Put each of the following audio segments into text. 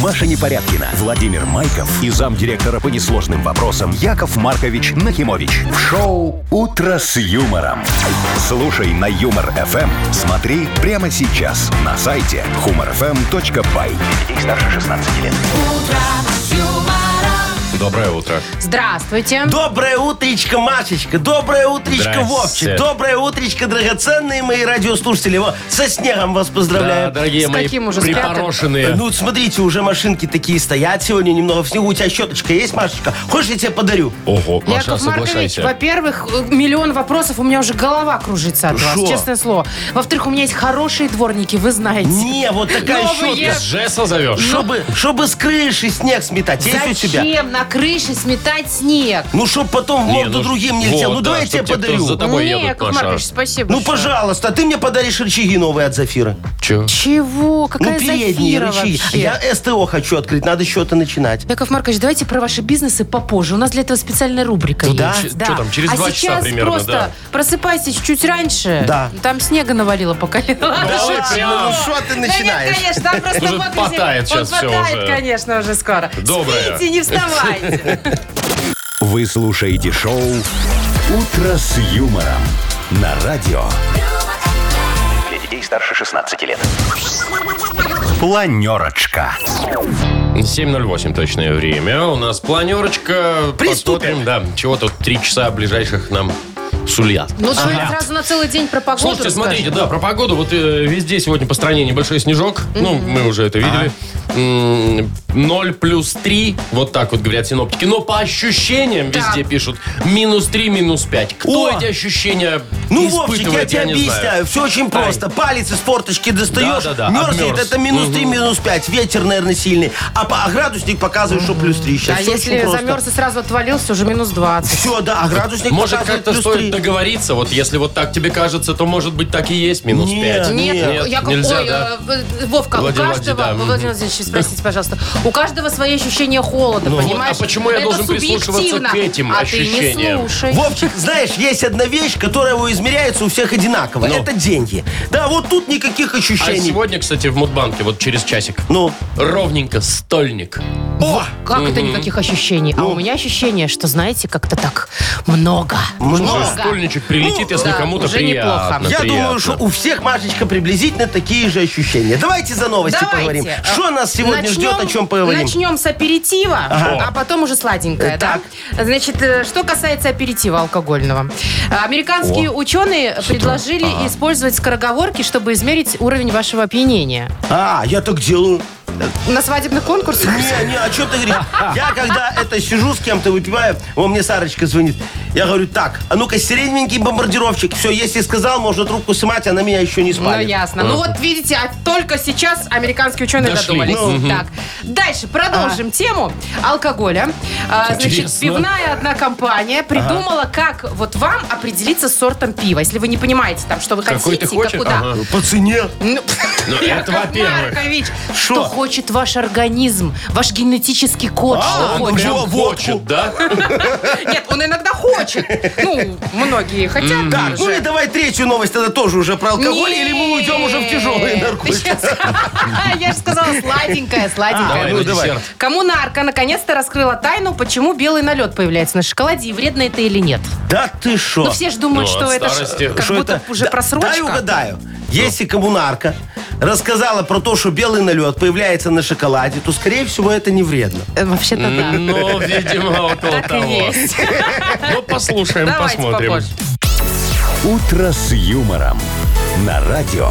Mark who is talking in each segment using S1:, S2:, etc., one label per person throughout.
S1: Маша Непорядкина, Владимир Майков и замдиректора по несложным вопросам Яков Маркович Нахимович. В шоу «Утро с юмором». Слушай на «Юмор-ФМ». Смотри прямо сейчас на сайте humorfm.by. Для детей старше 16 лет.
S2: Доброе утро.
S3: Здравствуйте.
S4: Доброе утречко, Машечка. Доброе утречко,
S2: Здрасте.
S4: Вовчик. Доброе утречко, драгоценные мои радиослушатели. Во, со снегом вас
S2: Да,
S4: поздравляю.
S2: дорогие
S3: С
S2: мои
S3: каким уже, с
S2: припорошенные.
S4: Ну, вот смотрите, уже машинки такие стоят сегодня немного в снегу. У тебя щеточка есть, Машечка? Хочешь, я тебе подарю?
S2: Ого, Маша,
S3: Яков Маркович,
S2: соглашайся.
S3: во-первых, э, миллион вопросов, у меня уже голова кружится
S2: Ну
S3: от
S4: Шо?
S3: вас, честное слово. Во-вторых, у меня есть хорошие дворники, вы знаете.
S4: Не, вот такая
S3: Новые.
S4: щетка.
S2: С Джесса зовешь?
S4: Чтобы, чтобы с крыши снег сметать. Есть у тебя?
S3: Зачем на крыше сметать снег?
S4: Ну, чтоб потом в
S2: Не,
S4: морду
S2: ну,
S4: другим нельзя.
S2: вот,
S4: ну,
S2: да,
S4: давай я тебе
S2: чтоб те, кто
S4: подарю.
S2: за тобой
S3: Не,
S2: едут,
S3: Яков
S2: Маша.
S3: Маркович, спасибо
S4: Ну,
S3: большое.
S4: пожалуйста, а ты мне подаришь рычаги новые от Зафира.
S2: Чё?
S3: Чего? Какая
S4: ну, передние
S3: зафира
S4: рычаги.
S3: вообще?
S4: Я СТО хочу открыть, надо счеты начинать.
S3: Яков Маркович, давайте про ваши бизнесы попозже. У нас для этого специальная рубрика
S2: Туда?
S3: есть.
S2: Чё- чё там, через
S3: а
S2: два часа
S3: сейчас
S2: примерно,
S3: просто
S2: да.
S3: просыпайтесь чуть раньше.
S4: Да.
S3: Там снега навалило по колено.
S2: Да вы прям.
S4: Ну, что ты начинаешь?
S3: Да нет, конечно, там просто
S2: Уже
S3: мокрый
S2: потает
S3: снег.
S2: сейчас
S3: Он
S2: всё
S3: потает,
S2: уже.
S3: конечно, уже скоро.
S2: Доброе.
S3: Спите, не вставайте.
S1: Вы слушаете шоу «Утро с юмором» на радио. Для детей старше 16 лет. Планерочка.
S2: 7.08 точное время. У нас планерочка. Приступим. да, чего тут три часа ближайших нам сулят.
S3: Ну, что, сразу на целый день про погоду
S2: Слушайте,
S3: расскажем?
S2: смотрите, да, про погоду. Вот э, везде сегодня по стране небольшой снежок. Ну, мы уже это видели. М, 0 плюс 3, вот так вот говорят синоптики. Но по ощущениям везде пишут минус 3, минус 5. Кто
S4: О!
S2: эти ощущения
S4: Ну, Вовчик, я
S2: испытывает,
S4: тебе
S2: я не знаю.
S4: объясняю. Все очень
S2: Ай.
S4: просто. Палец из форточки достаешь,
S2: Да-да-да,
S4: мерзнет.
S2: обмерз.
S4: Это минус 3,
S2: Мгм.
S4: минус 5. Ветер, наверное, сильный. А по- а градусник показывает, что плюс 3 сейчас.
S3: А если замерз и сразу отвалился, уже минус 20.
S4: Все, да, а градусник
S2: Может,
S4: показывает
S2: как-то
S4: плюс
S2: стоит
S4: 3.
S2: договориться? Вот если вот так тебе кажется, то, может быть, так и есть минус
S4: Нет,
S2: 5.
S4: нет.
S2: Нет,
S3: ну, Яков,
S2: нельзя,
S3: ой,
S2: да.
S3: э, э, Вовка,
S2: Владимир
S3: у
S2: Владимирович,
S3: каждого,
S2: да, мгм.
S3: Владимир Владимирович, спросите, пожалуйста, у каждого свои ощущения холода,
S2: вот,
S3: понимаешь?
S2: а почему я
S3: Это
S2: должен прислушиваться к
S3: субъективно.
S2: этим
S3: а
S2: ощущениям?
S3: ты не слушай.
S4: Вовчик, знаешь, есть одна вещь, которая его измеряется у всех одинаково.
S2: Ну.
S4: Это деньги. Да, вот тут никаких
S2: А
S4: ощущений.
S2: сегодня, кстати, в Мудбанке, вот через часик,
S4: Ну,
S2: ровненько стольник.
S4: о,
S3: Как это никаких ощущений? А у
S2: Ну.
S3: меня ощущение, что, знаете, как-то так много.
S4: много.
S2: Слушай, стольничек прилетит,
S4: Ну,
S2: если
S3: да,
S2: кому-то
S3: уже
S2: приятно.
S3: неплохо.
S4: Я думаю,
S2: приятно.
S4: что у всех, Машечка, приблизительно такие же ощущения. Давайте за новости
S3: Давайте.
S4: поговорим.
S3: Э,
S4: Что нас сегодня
S3: начнем-
S4: ждет, о чем поговорим?
S3: Начнем с аперитива, а потом уже сладенькое,
S4: Э,
S3: да? Значит, э, что касается аперитива алкогольного. Э, Американские
S2: О.
S3: ученые предложили использовать скороговорки, чтобы измерить уровень вашего опьянения.
S4: А, я так делаю.
S3: На свадебных конкурсах?
S4: Не, не, а что ты говоришь? Я когда это сижу с кем-то, выпиваю, во мне Сарочка звонит. Я говорю, так, а ну-ка, сиреневенький бомбардировщик. Все, если сказал, можно трубку снимать, она меня еще не
S3: Ну,
S4: спалит.
S3: ясно. Ну, вот видите, а только сейчас американские ученые
S2: Дошли.
S3: додумались.
S2: Ну, мгм.
S3: Так, дальше продолжим тему алкоголя. А, значит,
S2: Интересно.
S3: пивная одна компания придумала, как вот вам определиться с сортом пива. Если вы не понимаете, там, что вы
S2: Какой ты
S3: хотите,
S2: хочешь?
S3: как куда.
S2: Ага.
S4: По цене.
S3: Ну,
S2: Ну, это
S3: Яков
S2: во-первых.
S3: Маркович,
S4: Шо?
S3: что хочет ваш организм, ваш генетический код, что
S4: А, ну,
S3: хочет.
S4: прям
S2: Прям
S4: водку.
S2: хочет, да?
S3: Нет, он иногда хочет. Ну, многие хотят.
S4: Так, ну
S3: же.
S4: и давай третью новость, тогда тоже уже про алкоголь,
S3: Не.
S4: или мы уйдем уже в тяжелые
S3: Ты
S4: наркотики.
S3: щас- Я же сказала, сладенькое,
S2: Давай,
S3: сладенькое.
S4: ну,
S2: на
S4: давай.
S2: десерт.
S3: Коммунарка наконец-то раскрыла тайну, почему белый налет появляется на шоколаде и вредно это или нет.
S4: Да ты
S3: Ну,
S4: шо?
S3: все же думают,
S2: Ну,
S3: что
S2: от
S3: это ж
S2: старости.
S3: как
S4: Что
S3: будто
S4: это?
S3: уже
S4: Да- Дай
S3: просрочка.
S4: угадаю. Если коммунарка рассказала про то, что белый налет появляется на шоколаде, то, скорее всего, это не вредно.
S3: Э, Вообще-то да.
S2: Ну, видимо, около
S3: Так и
S2: того.
S3: есть.
S2: Ну, послушаем,
S3: Давайте
S2: посмотрим.
S3: попозже.
S1: «Утро с юмором» на радио.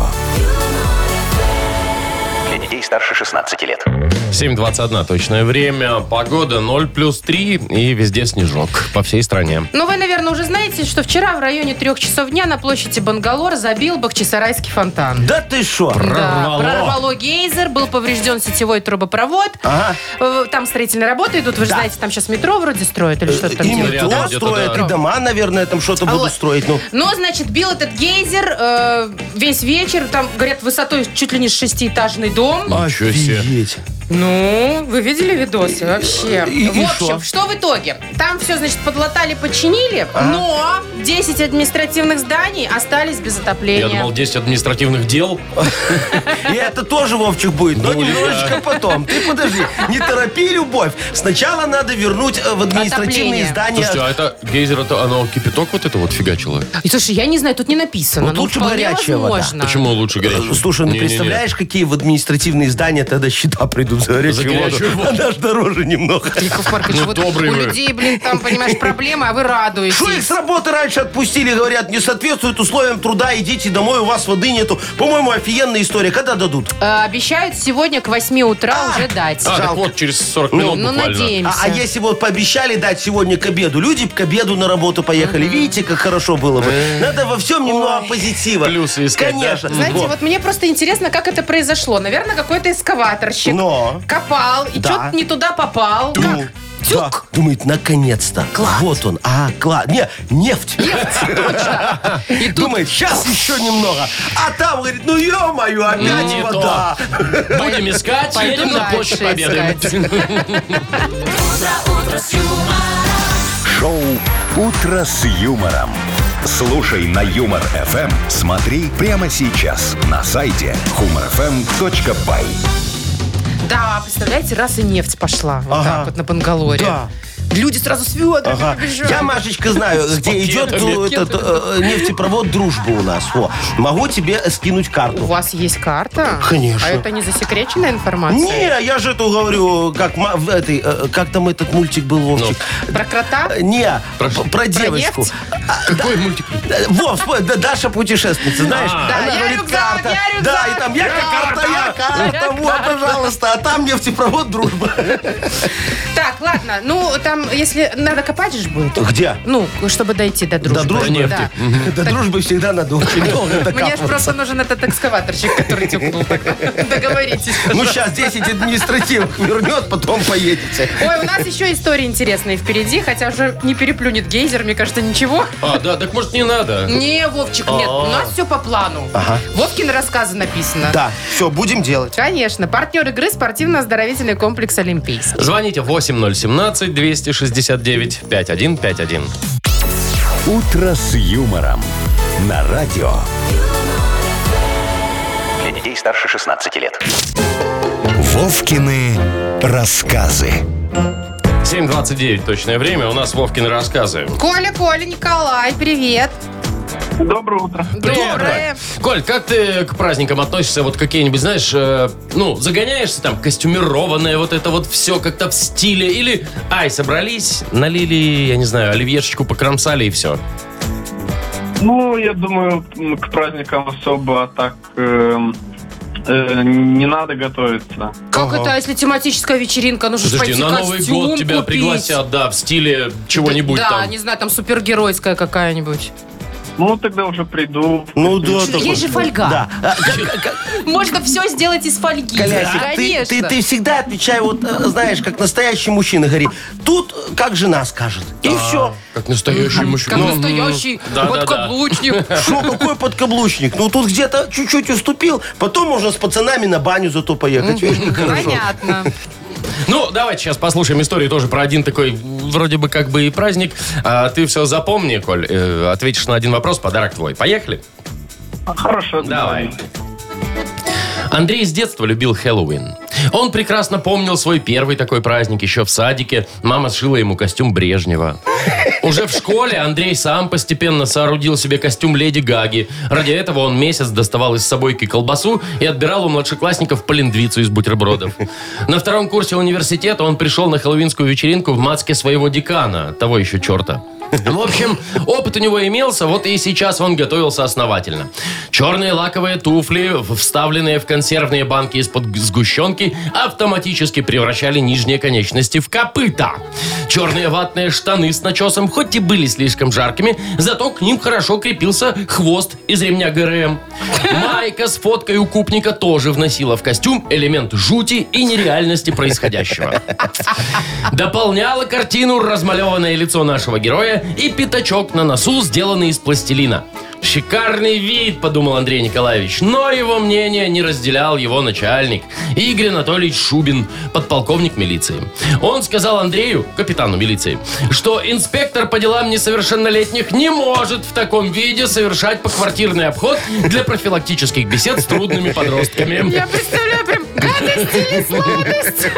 S5: Для детей старше 16 лет.
S2: 7.21 точное время. Погода 0 плюс 3 и везде снежок по всей стране.
S3: Ну, вы, наверное, уже знаете, что вчера в районе трех часов дня на площади Бангалор забил Бахчисарайский фонтан.
S4: Да ты шо?
S3: Да, прорвало гейзер, был поврежден сетевой трубопровод.
S4: Ага.
S3: Э, Там строительные работы идут. Вы же
S4: Да.
S3: знаете, там сейчас метро вроде строят или что-то там
S4: И
S3: делают.
S2: рядом
S4: метро
S2: где-то,
S4: строят,
S2: да.
S4: и дома, наверное, там что-то
S3: Вот.
S4: будут строить. Ну,
S3: Но, значит, бил этот гейзер э, весь вечер. Там, говорят, высотой чуть ли не шестиэтажный дом.
S2: Ничего себе.
S4: Офигеть.
S3: Ну, вы видели видосы вообще?
S4: И- и
S3: в общем,
S4: шо?
S3: что в итоге? Там все, значит, подлатали, подчинили, но 10 административных зданий остались без отопления.
S2: Я думал, 10 административных дел.
S4: И это тоже, Вовчик, будет, но
S2: Будет,
S4: немножечко потом. Ты подожди, не торопи любовь. Сначала надо вернуть э, в
S3: Отопление.
S4: административные здания.
S2: Слушайте, а это гейзер, это оно кипяток вот это вот фигачило?
S3: И, слушай, я не знаю, тут не написано.
S4: Вот
S3: но
S4: лучше бы
S3: вполне
S4: горячая вода.
S3: возможно.
S2: Почему а лучше горячий?
S4: Э, Слушай, ну представляешь, какие в административные здания тогда счета придут за горячую,
S2: За горячую
S4: воду?
S2: воду.
S4: Она ж дороже немного.
S3: Яков Маркович,
S2: Ну,
S3: вот
S2: добрый
S3: у
S2: вы.
S3: людей, блин, там, понимаешь, проблемы, а вы радуетесь.
S4: Что их с работы раньше отпустили, говорят, не соответствует условиям труда, идите домой, у вас воды нету. По-моему, офигенная история. Когда дадут?
S3: Э, Обещают сегодня к 8 утра уже дать.
S2: А, так
S4: жалко.
S2: вот, через 40 минут
S3: ну,
S2: буквально.
S3: надеемся.
S4: А, а если вот пообещали дать сегодня к обеду, люди б к обеду на работу поехали. Видите, как хорошо было бы. Надо во всем немного позитива.
S2: Плюсы искать, да?
S4: Конечно.
S3: Знаете,
S4: Вот.
S3: вот мне просто интересно, как это произошло. Наверное, какой-то эскаваторщик
S4: Но.
S3: копал и
S4: Да.
S3: что-то не туда попал.
S4: Ну,
S3: Как?
S4: да.
S3: Тюк!
S4: Думает, наконец-то. Вот он. А, клад. Не, нефть.
S3: И тут
S4: Думает, сейчас еще немного. А там, говорит, ну ё-моё, опять
S2: Не
S4: вода.
S2: Будем искать,
S3: Пойду
S2: едем на
S3: дальше
S2: площадь Победы.
S1: Шоу «Утро с юмором». Слушай на Юмор ФМ. Смотри прямо сейчас на сайте humorfm.by.
S3: Да, представляете, раз и нефть пошла. Вот
S4: Ага.
S3: так вот на Бангалоре.
S4: Да.
S3: Э, Люди сразу с ведрами
S4: Ага.
S3: побежали.
S4: Я, Машечка, знаю, где идет
S2: пакетами.
S4: э, этот, э, нефтепровод «Дружба» у нас. Во. Могу тебе скинуть
S3: У
S4: карту.
S3: вас есть карта?
S4: Конечно.
S3: А это не засекреченная информация?
S4: Не, я же эту говорю, как ма- в этой, э, как там этот мультик был, Вовчик?
S3: Про крота?
S4: Э, Не,
S2: Ну. Про
S4: про,
S2: что?
S4: девочку.
S3: нефть?
S2: Какой мультик?
S4: Э, Вов, вспомни, да, Даша путешественница, знаешь?
S2: А.
S3: Да, я рюкзак, я рюкзак.
S4: Да, и там я карта, я карта, вот, пожалуйста, а там нефтепровод «Дружба».
S3: Так, ладно. Ну, там, если надо копать же будет.
S4: Где?
S3: Ну, чтобы дойти до дружбы.
S4: До дружбы?
S2: До нефти.
S3: Да.
S4: До дружбы всегда надо очень
S2: Ну,
S4: долго
S3: Мне же
S4: докапываться.
S3: просто нужен этот экскаваторщик, который тюкнул тогда. Договоритесь.
S4: Ну, сейчас 10 административных вернет, потом поедете.
S3: Ой, у нас еще истории интересные впереди, хотя уже не переплюнет гейзер, мне кажется, ничего.
S2: А, да, так может не надо.
S3: Не, Вовчик, нет, у нас все по плану. Вовкины рассказы написано.
S4: Да, все, будем делать.
S3: Конечно, партнер игры спортивно-оздоровительный комплекс «Олимпийский».
S2: Звоните 8017-269-5151.
S1: «Утро с юмором» на радио.
S5: Для детей старше 16 лет.
S1: Вовкины рассказы.
S2: 7.29 точное время. У нас Вовкины рассказы.
S3: Коля, Коля, Николай, привет.
S6: Доброе утро.
S3: Доброе.
S2: Коль, как ты к праздникам относишься? Вот какие-нибудь, знаешь, э, ну, загоняешься там, костюмированное вот это вот все как-то в стиле? Или, ай, собрались, налили, я не знаю, оливьешечку покромсали и все.
S6: Ну, я думаю, м, к праздникам особо так эм, э, не надо готовиться.
S3: Как это, а если тематическая вечеринка? Нужно же
S2: Подожди,
S3: Ну, пойти
S2: на Новый
S3: костюм
S2: год тебя
S3: купить.
S2: пригласят, да, в стиле чего-нибудь
S3: да,
S2: там.
S3: не знаю, там супергеройская какая-нибудь.
S6: Ну, тогда уже приду.
S4: Ну, да,
S3: Есть
S4: такой.
S3: же фольга.
S4: Да. А, как- как-
S3: Можно все сделать из фольги.
S4: Колясик, ты, ты,
S3: Конечно.
S4: ты всегда отвечай, вот э, знаешь, как настоящий мужчина, говори, тут э, как жена скажет. И все.
S2: Как настоящий мужчина.
S3: Как
S2: Ну,
S3: настоящий
S2: да,
S3: подкаблучник.
S4: Что, какой подкаблучник? Ну, тут где-то чуть-чуть уступил, потом можно с пацанами на баню зато поехать. Видишь, как хорошо.
S3: Понятно.
S2: Ну, давайте сейчас послушаем историю тоже про один такой, вроде бы как бы и праздник. А, ты все запомни, Коль, э, ответишь на один вопрос, подарок твой. Поехали?
S6: Хорошо,
S2: Давай. Андрей с детства любил Хэллоуин. Он прекрасно помнил свой первый такой праздник еще в садике. Мама сшила ему костюм Брежнева. Уже в школе Андрей сам постепенно соорудил себе костюм Леди Гаги. Ради этого он месяц доставал из собойки колбасу и отбирал у младшеклассников полиндвицу из бутербродов. На втором курсе университета он пришел на хэллоуинскую вечеринку в маске своего декана, того еще черта. В общем, опыт у него имелся, вот и сейчас он готовился основательно. Черные лаковые туфли, вставленные в консервные банки из-под сгущенки, автоматически превращали нижние конечности в копыта. Черные ватные штаны с начесом, хоть и были слишком жаркими, зато к ним хорошо крепился хвост из ремня ГРМ. Майка с фоткой у купника тоже вносила в костюм элемент жути и нереальности происходящего. Дополняла картину размалеванное лицо нашего героя и пятачок на носу, сделанный из пластилина. Шикарный вид, подумал Андрей Николаевич. Но его мнение не разделял его начальник. Игорь Анатольевич Шубин, подполковник милиции. Он сказал Андрею, капитану милиции, что инспектор по делам несовершеннолетних не может в таком виде совершать поквартирный обход для профилактических бесед с трудными подростками.
S3: Я представляю прям гадость или сладость.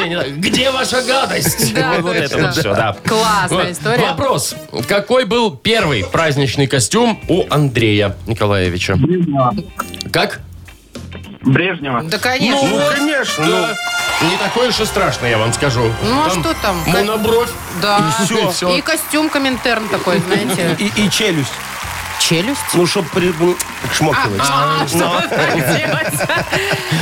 S2: Не, не так. Где ваша гадость?
S3: Да,
S2: Вот это
S3: точно.
S2: вот все, да.
S3: Классная
S2: Вот.
S3: история.
S2: Вопрос. Какой был первый праздничный костюм у Андрея Николаевича? Как?
S6: Брежнева.
S3: Да, конечно.
S4: Ну, конечно, ну.
S2: Да. Э, Не такой уж и страшный, я вам скажу.
S3: Ну, а что там?
S2: Монобровь.
S3: Ну, Да.
S2: И всё. Всё.
S3: И костюм Коминтерн такой, знаете.
S4: Ну, И, и челюсть.
S3: Челюсть.
S4: Ну, чтоб при... ну, шмокивать. Ну,
S3: А, что так делать?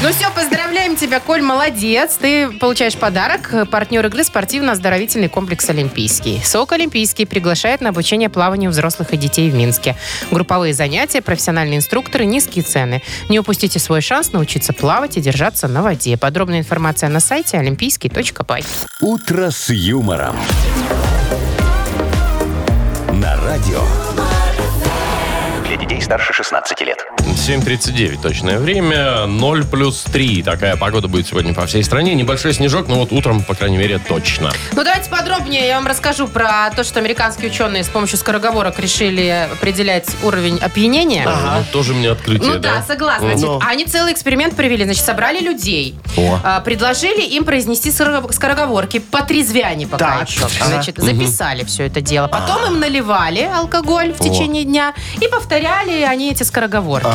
S3: Ну все, поздравляем тебя, Коль, молодец. Ты получаешь подарок. Партнер игры спортивно-оздоровительный комплекс «Олимпийский». СОК «Олимпийский» приглашает на обучение плаванию взрослых и детей в Минске. Групповые занятия, профессиональные инструкторы, низкие цены. Не упустите свой шанс научиться плавать и держаться на воде. Подробная информация на сайте олимпийский.бай.
S1: «Утро с юмором». На радио.
S5: Для детей старше 16 лет.
S2: 7.39 точное время, 0 плюс 3. Такая погода будет сегодня по всей стране. Небольшой снежок, но вот утром, по крайней мере, точно.
S3: Ну, давайте подробнее я вам расскажу про то, что американские ученые с помощью скороговорок решили определять уровень опьянения.
S2: Ну, тоже мне открытие,
S3: А. Ну да, согласна.
S2: Ну.
S3: Значит, Они целый эксперимент провели. Значит, собрали людей.
S2: О.
S3: А, Предложили им произнести сорого- скороговорки по трезвяне пока
S4: Так.
S3: еще. Значит, записали все это дело. Потом им наливали алкоголь в течение дня и повторяли они эти скороговорки.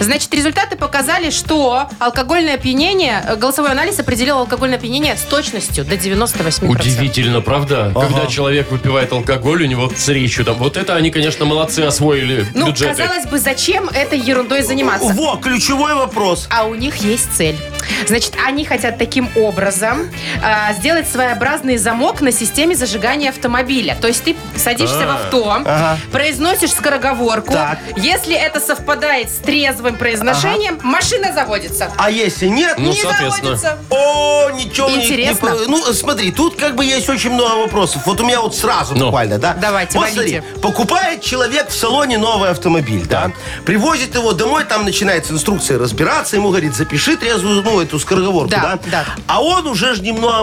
S3: Значит, результаты показали, что алкогольное опьянение, э, голосовой анализ определил алкогольное опьянение с точностью до 98%.
S2: Удивительно, правда? Когда человек выпивает алкоголь, у него с речью там. Вот это они, конечно, молодцы, освоили
S3: Ну,
S2: бюджеты.
S3: казалось бы, зачем этой ерундой заниматься?
S4: Во, ключевой вопрос.
S3: А у них есть цель. Значит, они хотят таким образом а, сделать своеобразный замок на системе зажигания автомобиля. То есть ты садишься в авто,
S4: Ага.
S3: произносишь скороговорку.
S4: Так.
S3: Если это совпадает с трезвым произношением, машина заводится.
S4: А если нет,
S2: Ну,
S3: Не
S2: соответственно.
S3: заводится.
S4: О, ничего мне
S3: Интересно.
S4: не по- Ну, смотри, тут как бы есть очень много вопросов. Вот у меня вот сразу
S2: Ну.
S4: буквально, да?
S3: Давайте,
S4: вот смотри,
S3: валите.
S4: покупает человек в салоне новый автомобиль, да? Привозит его домой, там начинается инструкция разбираться, ему говорит, запиши трезвую, ну, эту скороговорку,
S3: Да, да.
S4: да? А он уже ж немного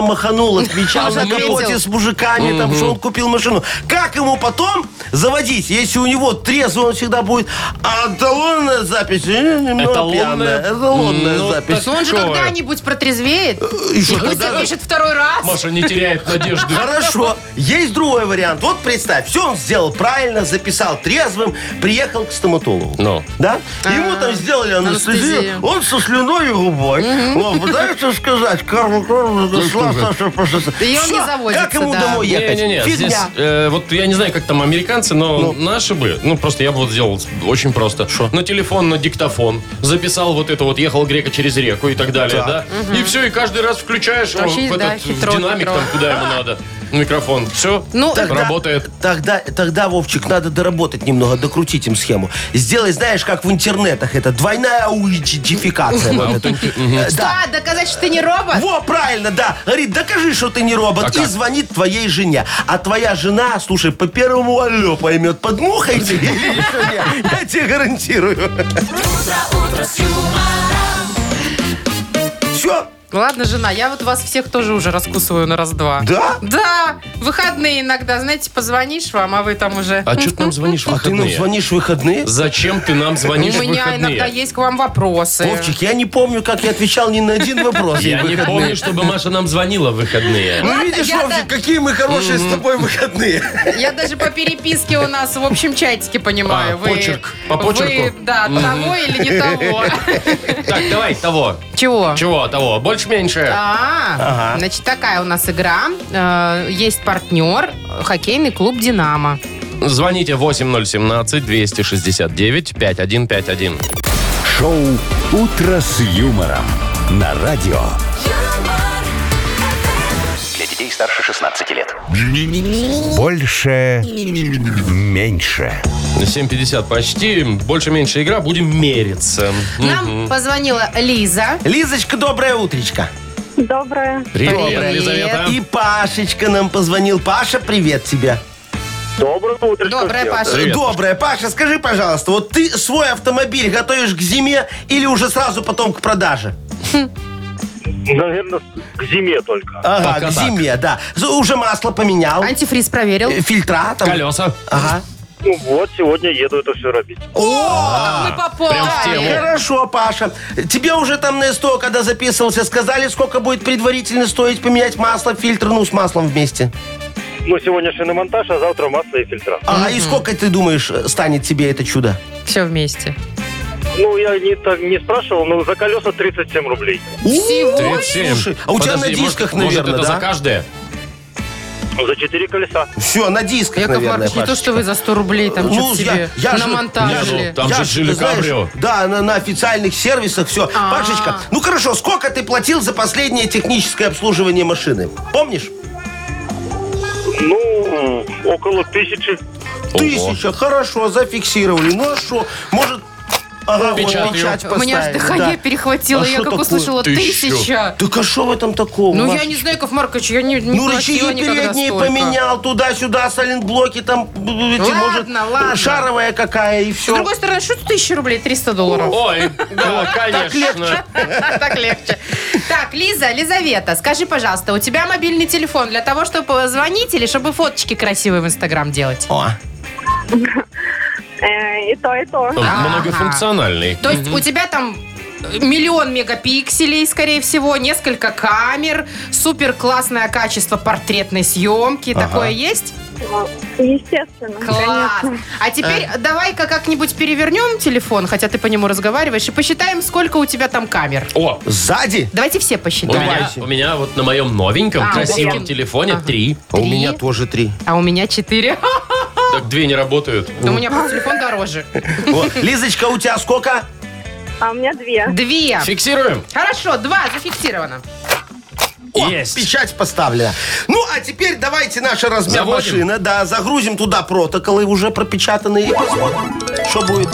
S4: маханул, отвечал на
S3: Отметил.
S4: капоте с мужиками, там, что он купил машину. Как ему потом заводить, если у него трезвый он всегда будет, а эталонная запись, э, немного
S2: Эталонная?
S4: пьяная, эталонная
S2: Ну,
S4: запись.
S2: так
S3: Но он же
S2: Что?
S3: когда-нибудь протрезвеет.
S4: И
S3: И
S4: что,
S3: пусть
S4: когда-
S3: запишет второй раз.
S2: Маша не теряет надежды.
S4: Хорошо. Есть другой вариант. Вот представь, все он сделал правильно, записал трезвым, приехал к стоматологу.
S2: Ну.
S4: Да? Ему там сделали
S3: А, анестезию.
S4: анестезию. Он со слюной и губой. Вот, пытается сказать, Карл
S2: Ну,
S4: Карлу дошла, Саша пошла.
S3: И он
S4: Всё,
S3: не заводится,
S4: Как ему
S3: да.
S4: домой ехать?
S2: Не-не-не,
S4: Фигня.
S2: здесь, э, вот я не знаю, как там американцы, но наши бы, ну, просто я бы вот сделал очень просто. На телефон, на диктофон, записал вот это вот, ехал грека через реку и так далее, да? И все, и каждый раз включаешь его
S3: Вообще,
S2: в
S3: да,
S2: этот
S3: хитро,
S2: в динамик
S3: хитро.
S2: там, куда ему надо, микрофон. Все,
S3: Ну,
S4: Тогда-
S2: работает.
S4: Тогда, тогда, Вовчик, надо доработать немного, докрутить им схему. Сделай, знаешь, как в интернетах, это двойная аутентификация. вот это. Э,
S3: Что,
S4: да.
S3: А, доказать, что ты не робот?
S4: Во, правильно, да. Говорит, докажи, что ты не робот.
S2: А
S4: и
S2: как?
S4: звонит твоей жене. А твоя жена, слушай, по первому алло поймет, подмухай тебе или еще нет. Я тебе гарантирую. Все,
S3: Ладно, жена, я вот вас всех тоже уже раскусываю на раз-два.
S4: да?
S3: Да, выходные иногда, знаете, позвонишь вам, а вы там уже...
S2: А что ты нам звонишь в
S4: А ты нам
S2: выходные?
S4: звонишь в выходные?
S2: Зачем ты нам
S3: У
S2: звонишь в
S3: меня иногда
S2: выходные?
S3: есть к вам вопросы.
S4: Вовчик, я не помню, как я отвечал ни на один вопрос.
S2: Я
S4: в
S2: не
S4: выходные.
S2: помню, чтобы Маша нам звонила в выходные.
S4: Ну
S3: Ладно,
S4: видишь,
S3: я
S4: Вовчик,
S3: да-
S4: какие мы хорошие с тобой выходные.
S3: Я даже по переписке у нас в общем чатике понимаю.
S2: А,
S3: вы-
S2: почерк. По почерку?
S3: Вы, да, того или не того.
S2: Так, давай того.
S3: Чего?
S2: Чего того? Больше-меньше?
S3: А, значит, такая у нас игра. Э, Есть партнер, э, хоккейный клуб «Динамо».
S2: Звоните 8017-269-5151.
S1: Шоу «Утро с юмором». На радио.
S5: Для детей старше 16 лет.
S1: Больше. Меньше.
S2: 7.50 почти. Больше-меньше игра. Будем мериться.
S3: Нам позвонила Лиза.
S4: Лизочка, доброе утречко.
S7: Доброе.
S2: Привет,
S3: Привет.
S2: Елизавета.
S4: И Пашечка нам позвонил. Паша, привет тебе.
S7: Доброе утро.
S3: Доброе, Паша.
S2: Привет.
S4: Доброе. Паша, скажи, пожалуйста, вот ты свой автомобиль готовишь к зиме или уже сразу потом к продаже?
S7: Наверное, к зиме только.
S4: Ага,
S2: Пока
S4: к
S2: так.
S4: зиме, да. З- Уже масло поменял,
S3: Антифриз проверил.
S4: э, фильтра там.
S2: Колеса.
S4: Ага.
S7: Ну вот, сегодня еду это все робить.
S3: Как мы попали.
S2: прям в
S3: Э.
S2: тему.
S4: Хорошо, Паша. Тебе уже там на СТО, когда записывался, сказали, сколько будет предварительно стоить поменять масло, фильтр, ну, с маслом вместе.
S7: Ну, сегодня шиномонтаж, а завтра масло и фильтра.
S4: А и сколько, ты думаешь, э, станет тебе это чудо?
S3: Все вместе.
S7: Ну, я не, так, не спрашивал, но за колеса 37 рублей.
S3: Всего?
S4: Ой,
S2: 37.
S4: слушай, а у тебя на
S2: Подожди, может-
S4: дисках,
S2: может,
S4: наверное,
S2: это за
S4: да?
S2: каждое?
S7: За 4 колеса.
S4: Все, на дисках,
S3: Яков
S4: наверное,
S3: Маркович, не то,
S4: Пашечка.
S3: что вы за 100 рублей там
S4: Ну,
S3: что-то себе
S4: я- я
S3: на
S4: же- ну,
S2: Я
S3: монтаже.
S2: же- Там
S4: Я ж,
S2: жили
S4: ты знаешь,
S2: кабрио.
S4: Да, на, на официальных сервисах все.
S3: А.
S4: Пашечка, ну хорошо, сколько ты платил за последнее техническое обслуживание машины? Помнишь?
S7: Ну, около тысячи.
S4: Тысяча, хорошо, зафиксировали. Ну а что, может... Ага, вот
S2: Печатаю.
S4: печать
S3: У меня аж
S4: поставили,
S3: дыхание
S4: да.
S3: перехватило,
S4: А
S3: я
S4: что
S3: как
S4: такое?
S3: услышала
S2: Тысячу.
S3: тысяча.
S4: Так а что в этом такого?
S3: Ну, я
S4: Маш?
S3: не знаю, Яков Маркович, я не, не
S4: Ну, рычаги
S3: платила никогда
S4: передние
S3: столько.
S4: поменял, туда-сюда, сайлентблоки там, б- б- эти,
S3: Ладно,
S4: может,
S3: ладно.
S4: шаровая какая, и
S3: С
S4: все.
S3: другой стороны, что это тысяча рублей, 300 долларов?
S2: Ой, да, конечно.
S3: Так легче. Так, Лиза, Лизавета, скажи, пожалуйста, у тебя мобильный телефон для того, чтобы звонить или чтобы фоточки красивые в Инстаграм делать?
S4: О,
S8: Э, И то, и то.
S3: Ага.
S2: Многофункциональный.
S3: То есть у тебя там миллион мегапикселей, скорее всего, несколько камер, супер классное качество портретной съемки. Такое есть?
S8: Естественно.
S3: Класс!
S8: конечно.
S3: А теперь
S2: Э.
S3: давай-ка как-нибудь перевернем телефон, хотя ты по нему разговариваешь, и посчитаем, сколько у тебя там камер.
S2: О,
S4: сзади?
S3: Давайте все
S2: у
S3: посчитаем.
S2: меня, у меня вот на моем новеньком,
S3: А,
S2: красивом
S3: вот.
S2: телефоне
S3: Ага.
S2: три.
S4: А у
S3: Три.
S4: меня тоже три.
S3: А у меня четыре.
S2: Так две не работают.
S3: Да у меня просто телефон дороже.
S4: О, Лизочка, у тебя сколько?
S8: А у меня две.
S3: Две.
S2: Фиксируем.
S3: Хорошо, два зафиксировано.
S4: О,
S2: Есть.
S4: печать поставлена. Ну, а теперь давайте наша размер
S2: Заводим.
S4: машина, да, загрузим туда протоколы уже пропечатанные и посмотрим, что будет.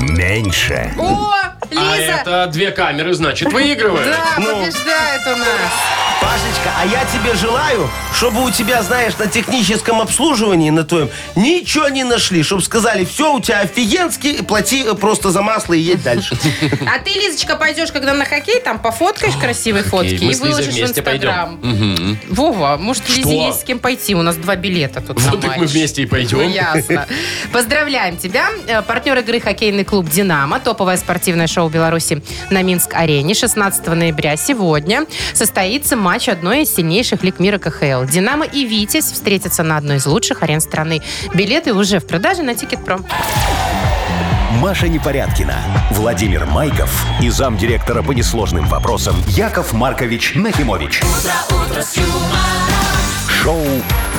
S1: Меньше.
S3: О,
S2: А
S3: Лиза!
S2: это две камеры, значит, выигрывает.
S3: Да,
S4: Ну.
S3: побеждает у нас.
S4: Пашечка, а я тебе желаю, чтобы у тебя, знаешь, на техническом обслуживании на твоем ничего не нашли, чтобы сказали, все, у тебя офигенски, плати э, просто за масло и едь дальше.
S3: А ты, Лизочка, пойдешь, когда на хоккей, там пофоткаешь красивые фотки
S2: мы
S3: и
S2: с Лизой
S3: выложишь в
S2: вместе
S3: Инстаграм. Вова, может, Лизе есть с кем пойти? У нас два билета тут на
S2: Вот Ну, так мы
S3: матч.
S2: вместе и пойдем.
S3: Ну, ясно. Поздравляем тебя. Э, Партнер игры хоккейный клуб «Динамо», топовое спортивное шоу Беларуси на Минск-арене 16 ноября сегодня состоится матч одной из сильнейших лиг мира КХЛ. «Динамо» и «Витязь» встретятся на одной из лучших арен страны. Билеты уже в продаже на Тикет.Пром.
S1: Маша Непорядкина, Владимир Майков и замдиректора по несложным вопросам Яков Маркович Нахимович. Шоу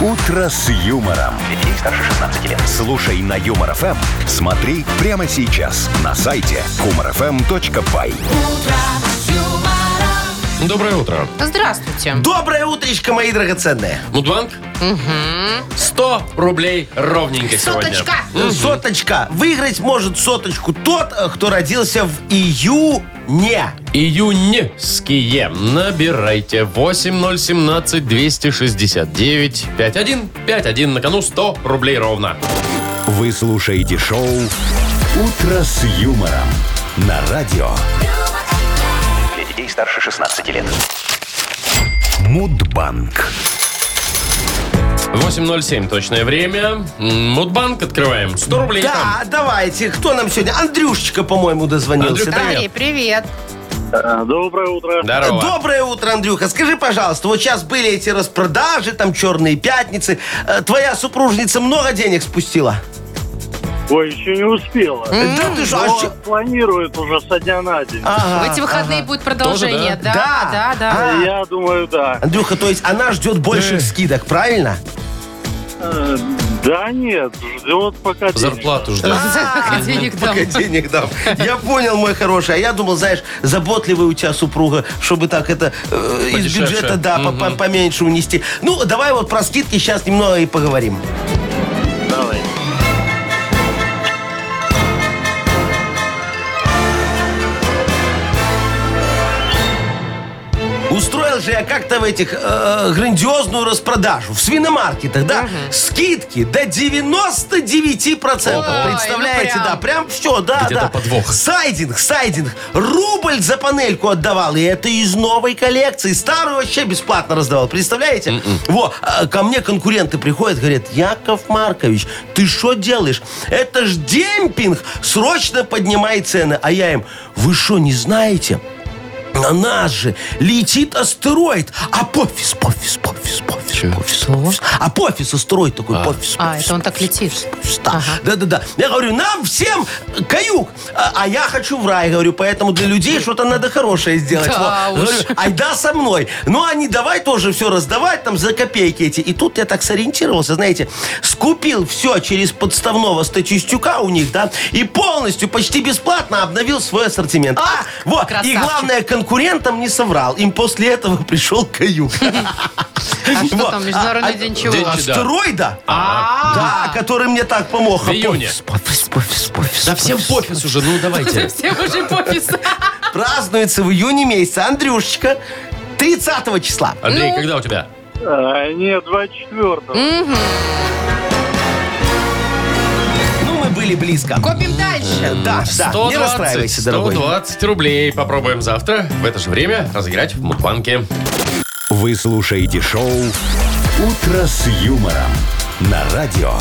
S1: Утро с юмором. Для детей старше 16 лет. Слушай на юмор ФМ. Смотри прямо сейчас на сайте humorfm.by.
S2: Доброе утро.
S3: Здравствуйте.
S4: Доброе утречко, мои драгоценные.
S2: Мудбанк? 100 рублей ровненько сегодня.
S3: Соточка.
S4: Соточка. Выиграть может соточку тот, э, кто родился в июне.
S2: Июньские. Набирайте 8017-269-5151. На кону 100 рублей ровно.
S1: Вы слушаете шоу Утро с юмором на радио
S5: Для детей старше 16 лет.
S1: Мудбанк.
S2: 8.07 точное время. М, Мудбанк открываем. 100 рублей там.
S4: Да, давайте. Кто нам сегодня? Андрюшечка, по-моему, дозвонился.
S2: Андрюш,
S4: да?
S2: привет.
S3: Андрей, привет.
S7: Э, Доброе утро.
S2: Здорово.
S4: Доброе утро, Андрюха. Скажи, пожалуйста, вот сейчас были эти распродажи, там черные пятницы. Э, Твоя супружница много денег спустила?
S7: Ой, еще не успела.
S4: Да ты ж, а
S7: Но
S4: чё- А.
S7: планирует уже со дня на день.
S4: Ага,
S3: В эти выходные
S4: ага.
S3: будет продолжение.
S2: Тоже,
S3: да?
S4: Да.
S3: да, да.
S4: А.
S7: Э, Я думаю, да.
S4: Андрюха, то есть она ждет больших скидок, правильно?
S7: Э, Да нет, ждет пока денег.
S2: Зарплату ждем.
S3: Денег дам.
S4: Пока денег дам. Я понял, мой хороший. А я думал, знаешь, заботливая у тебя супруга, чтобы так это э, из
S2: Подешевше.
S4: бюджета, да, по- по- поменьше унести. Ну, давай вот про скидки сейчас немного и поговорим.
S7: Давай.
S4: Устроил же я как-то в этих э, грандиозную распродажу в свиномаркетах, да, скидки до 99%.
S3: Ой,
S4: представляете,
S3: ну прям.
S4: да, прям все, да,
S2: Где-то
S4: да.
S2: подвох.
S4: Сайдинг, сайдинг. Рубль за панельку отдавал, и это из новой коллекции. Старую вообще бесплатно раздавал, представляете?
S2: М-м.
S4: Во, а, ко мне конкуренты приходят, говорят, Яков Маркович, ты что делаешь? Это ж демпинг! Срочно поднимай цены. А я им, вы что, не знаете? На нас же летит астероид. Апофис, пофис, пофис, пофис, пофис, пофис. Апофис, астероид такой, пофис,
S3: А,
S4: пофис,
S3: это он так
S4: пофис,
S3: летит.
S4: пофис, да. Да-да-да. Я говорю, нам всем каюк, а, а я хочу в рай, говорю, поэтому для людей что-то надо хорошее сделать.
S3: Да
S4: Вот.
S3: уж.
S4: Говорю, айда со мной. Ну, они давай тоже все раздавать там за копейки эти. И тут я так сориентировался, знаете, скупил все через подставного статистюка у них, да, и полностью, почти бесплатно обновил свой ассортимент. А, вот, и
S3: красавчик.
S4: главное, конкурентам не соврал. Им после этого пришел каюк.
S3: А что
S4: Вот.
S3: там, Международный день чего?
S2: день чего?
S4: Астероида?
S2: А.
S4: Да, который мне так помог.
S2: В июне.
S4: Пофис, пофис, пофис,
S2: Да всем
S4: пофис.
S2: пофис уже, ну давайте.
S3: Все уже пофис.
S4: Празднуется в июне месяце. Андрюшечка, 30 числа.
S2: Андрей,
S3: Ну.
S2: когда у тебя?
S7: Э,
S6: А, нет, 24
S4: Ну, мы были близко.
S3: Копим дальше.
S4: Да, да, не расстраивайся, дорогой.
S2: 120 рублей попробуем завтра в это же время разыграть в Мудбанке.
S1: Вы слушаете шоу «Утро с юмором» на радио.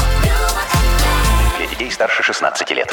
S5: Для детей старше 16 лет.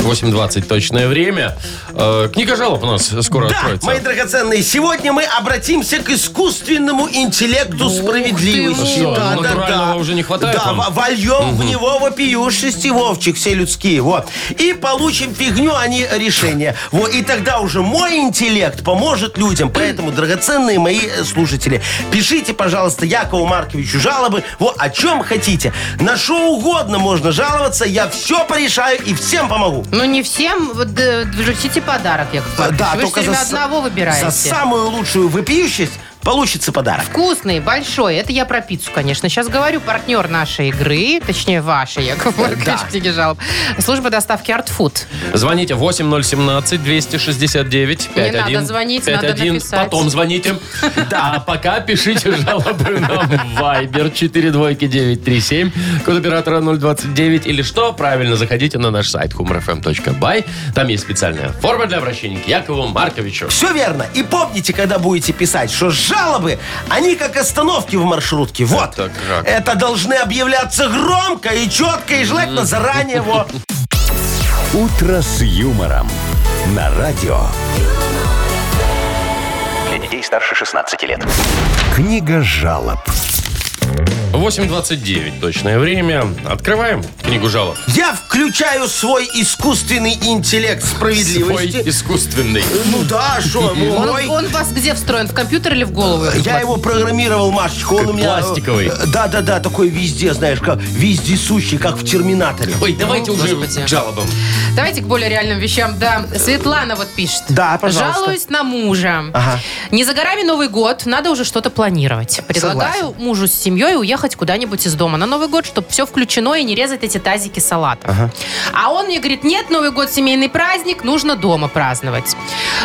S2: 8.20 точное время. Э, книга жалоб у нас скоро
S4: Да,
S2: откроется.
S4: мои драгоценные, сегодня мы обратимся к искусственному интеллекту справедливости.
S2: ну, натурального уже не хватает
S4: Да,
S2: вам?
S4: во- вольем в него вопиюшести Вовчик, все людские, вот. И получим фигню, а не решение. Вот, и тогда уже мой интеллект поможет людям. Поэтому, драгоценные мои э, слушатели, пишите, пожалуйста, Якову Марковичу жалобы, вот, о чем хотите. На что угодно можно жаловаться, я все порешаю и всем помогу.
S3: Ну не всем, вот, э, вручите подарок, Яков
S4: А,
S3: Маркович. Вы же все время
S4: с-
S3: одного выбираете.
S4: За самую лучшую выпиющесть получится подарок.
S3: Вкусный, большой. Это я про пиццу, конечно. Сейчас говорю, партнер нашей игры, точнее, вашей, Яков Маркович, книги жалоб. Служба доставки Art Food.
S2: Звоните 8017 269
S3: Не надо звонить, надо написать.
S2: Потом звоните. А пока пишите жалобы нам в Viber 42937, код оператора 029 или что, правильно, заходите на наш сайт humorfm.by. Там есть специальная форма для обращения к Якову Марковичу.
S4: Все верно. И помните, когда будете писать, что жалобы, они как остановки в маршрутке. Вот.
S2: Это как.
S4: Это должны объявляться громко и четко, и желательно заранее. Вот.
S1: «Утро с юмором» на радио.
S5: Для детей старше 16 лет.
S1: Книга жалоб.
S2: 8.29 точное время. Открываем книгу жалоб.
S4: Я включаю свой искусственный интеллект
S2: Свой
S4: справедливости.
S2: искусственный.
S4: Ну да, что,
S3: Он,
S4: мой.
S3: он вас где встроен? В компьютер или в голову?
S4: Я его программировал, Машечка. Он
S2: Как
S4: у меня... э,
S2: пластиковый.
S4: э, Да-да-да, такой везде, знаешь, как вездесущий, как в «Терминаторе».
S2: Ой, давайте
S3: Ну,
S2: уже
S3: господи.
S2: к жалобам.
S3: Давайте к более реальным вещам. Да, Светлана вот пишет.
S4: Да, пожалуйста.
S3: Жалуюсь на мужа.
S4: Ага.
S3: Не за горами Новый год, надо уже что-то планировать. Предлагаю мужу с семьей уехать куда-нибудь из дома на Новый год, чтобы все включено и не резать эти тазики салата. А он мне говорит, нет, Новый год семейный праздник, нужно дома праздновать.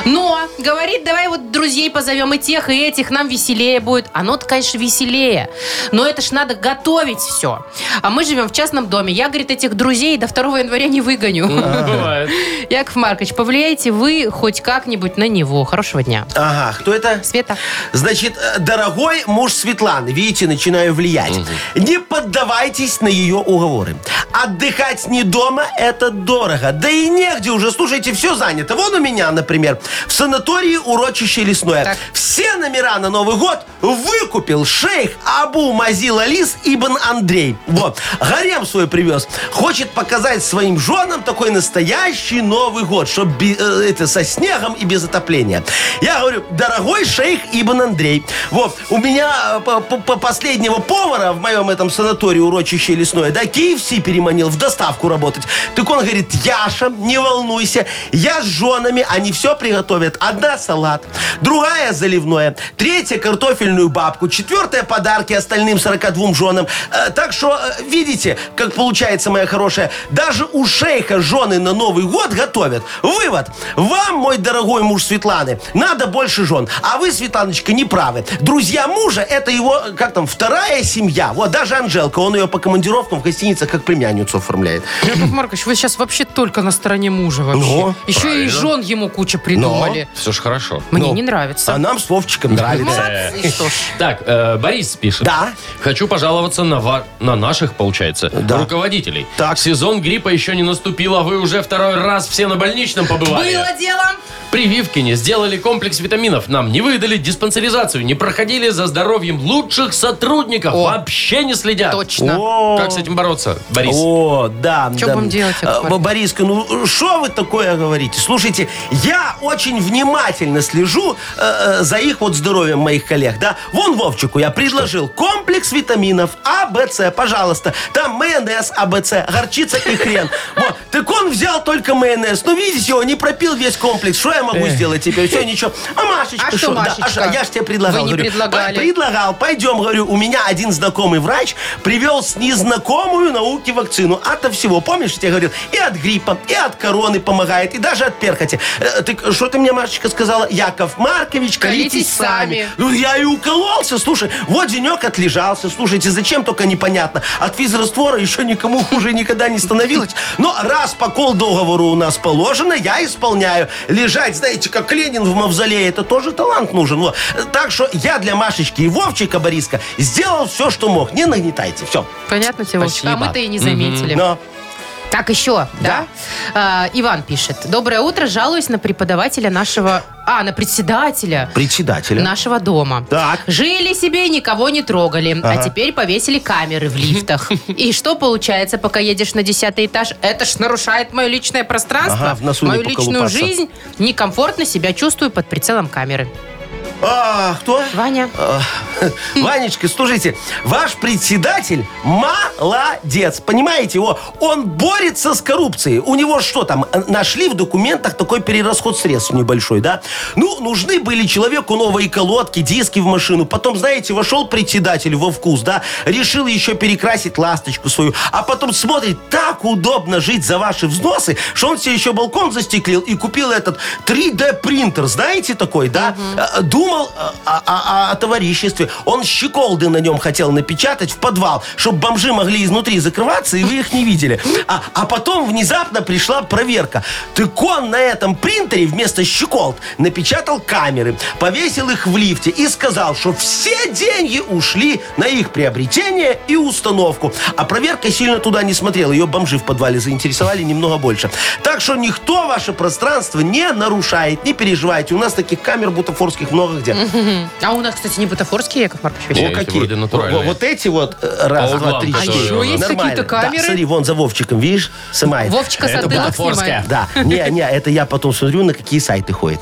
S3: Но, говорит, давай вот друзей позовем и тех, и этих, нам веселее будет. Оно-то, конечно, веселее, но это ж надо готовить все. А мы живем в частном доме. Я, говорит, этих друзей до 2 января не выгоню.
S2: Бывает.
S3: Яков Маркович, повлияйте вы хоть как-нибудь на него. Хорошего дня.
S4: Ага, кто это?
S3: Света.
S4: Значит, э, дорогой муж Светланы, видите, начинаю влиять. Не поддавайтесь на ее уговоры. Отдыхать не дома – это дорого. Да и негде уже, слушайте, все занято. Вон у меня, например, в санатории урочище лесное.
S3: Так.
S4: Все номера на Новый год выкупил шейх Абу Мазил Алис Ибн Андрей. Вот. Гарем свой привез. Хочет показать своим женам такой настоящий Новый год, чтоб би- э, это, со снегом и без отопления. Я говорю, дорогой шейх Ибн Андрей, вот, у меня э, по, по- по последнего повода повара в моем этом санатории урочище лесное, да, KFC переманил в доставку работать. Так он говорит, Яша, не волнуйся, я с женами, они все приготовят. Одна салат, другая заливное, третья картофельную бабку, четвертая подарки остальным 42 женам. Э, Так что, э, видите, как получается, моя хорошая, даже у шейха жены на Новый год готовят. Вывод. Вам, мой дорогой муж Светланы, надо больше жен. А вы, Светланочка, не правы. Друзья мужа – это его, э, как там, вторая семья. Вот даже Анжелка, он ее по командировкам в гостиницах как племянницу оформляет.
S3: Яков Маркович, вы сейчас вообще только на стороне мужа вообще.
S4: Ну,
S3: Еще и жен ему куча придумали.
S2: Все ж хорошо.
S3: Мне
S4: Ну.
S3: не нравится.
S4: А нам с Вовчиком нравится.
S3: Молодцы, что ж.
S2: Так, э, Борис пишет.
S4: Да.
S2: Хочу пожаловаться на, ва- на наших, получается,
S4: Да.
S2: руководителей.
S4: Так.
S2: Сезон гриппа еще не наступил, а вы уже второй раз все на больничном побывали.
S3: Было дело.
S2: Прививки не сделали, комплекс витаминов нам не выдали, диспансеризацию не проходили, за здоровьем лучших сотрудников
S3: О.
S2: вообще не следят.
S3: Точно.
S4: О.
S2: Как с этим бороться, Борис?
S4: О, да.
S3: Чё
S4: да.
S3: будем делать, Яков
S4: А,
S3: Маркович?
S4: Бориска, ну что вы такое говорите? Слушайте, я очень внимательно слежу э, э, за их вот здоровьем моих коллег, да. Вон Вовчику я предложил комплекс витаминов А, Б, С, пожалуйста. Там майонез А, Б, С, горчица и хрен. Вот. Так он взял только майонез. Ну, видите, он не пропил весь комплекс. Что я могу сделать теперь? Все, ничего. А Машечка
S3: А что,
S4: шо? Да,
S3: Машечка?
S6: Машечка?
S4: а я же тебе предлагал.
S3: Вы не
S4: говорю,
S3: предлагали.
S4: «Пой- предлагал, пойдем, говорю, у меня один знакомый врач привел с незнакомую науки вакцину. Ото всего, помнишь, я тебе говорил, и от гриппа, и от короны помогает, и даже от перхоти. Э, так что ты мне, Машечка, сказала? Яков Маркович, колитесь,
S3: Колитесь сами.
S4: сами. Ну, я и укололся, слушай, вот денек отлежался, слушайте, зачем только непонятно. От физраствора еще никому хуже никогда не становилось. Но раз покол договору у нас положено, я исполняю. Лежать, знаете, как Ленин в мавзолее, это тоже талант нужен. Вот. Так что я для Машечки и Вовчика Бориска сделал все, что мог. Не нагнетайте, все.
S3: Понятно тебе, Вовчик? А
S2: Спасибо.
S3: мы-то и не заметили.
S4: Но
S3: Так еще, да? А, Иван пишет. Доброе утро. Жалуюсь на преподавателя нашего... А, на председателя.
S4: председателя.
S3: нашего дома.
S4: Так.
S3: Жили себе, никого не трогали. А теперь повесили камеры в лифтах. И что получается, пока едешь на 10 этаж? Это ж нарушает мое личное пространство,
S4: Ага, в носу не
S3: мою личную
S4: поколупаться.
S3: жизнь. Некомфортно себя чувствую под прицелом камеры.
S4: А, кто?
S3: Ваня.
S4: А, Ванечка, слушайте, ваш председатель молодец, понимаете? О, он борется с коррупцией. У него что там, э, нашли в документах такой перерасход средств небольшой, да? Ну, нужны были человеку новые колодки, диски в машину. Потом, знаете, вошел председатель во вкус, да? Решил еще перекрасить ласточку свою. А потом смотрит, так удобно жить за ваши взносы, что он себе еще балкон застеклил и купил этот 3D-принтер, знаете такой, да? Э, Думал э, о, о- о товариществе. Он щеколды на нем хотел напечатать в подвал, чтобы бомжи могли изнутри закрываться, и вы их не видели. А, а потом внезапно пришла проверка. Так он на этом принтере вместо щеколд напечатал камеры, повесил их в лифте и сказал, что все деньги ушли на их приобретение и установку. А проверка сильно туда не смотрела. Ее бомжи в подвале заинтересовали немного больше. Так что никто ваше пространство не нарушает. Не переживайте. У нас таких камер бутафорских много где.
S3: А у нас, кстати, не бутафорские, Яков Маркович.
S2: О,
S3: вообще.
S4: О,
S2: эти
S4: какие?
S2: вроде натуральные.
S4: Во- Вот эти вот э, раз,
S2: По
S4: два,
S2: углам,
S4: три,
S2: которые
S4: четыре.
S2: у нас. А еще
S3: есть
S4: Нормально.
S3: какие-то
S4: Да,
S3: камеры?
S4: смотри, вон за Вовчиком, видишь, сымает.
S3: Вовчика
S2: Это
S3: Садылок
S2: бутафорская.
S3: снимает.
S4: Да, не, не, это я потом смотрю, на какие сайты ходит.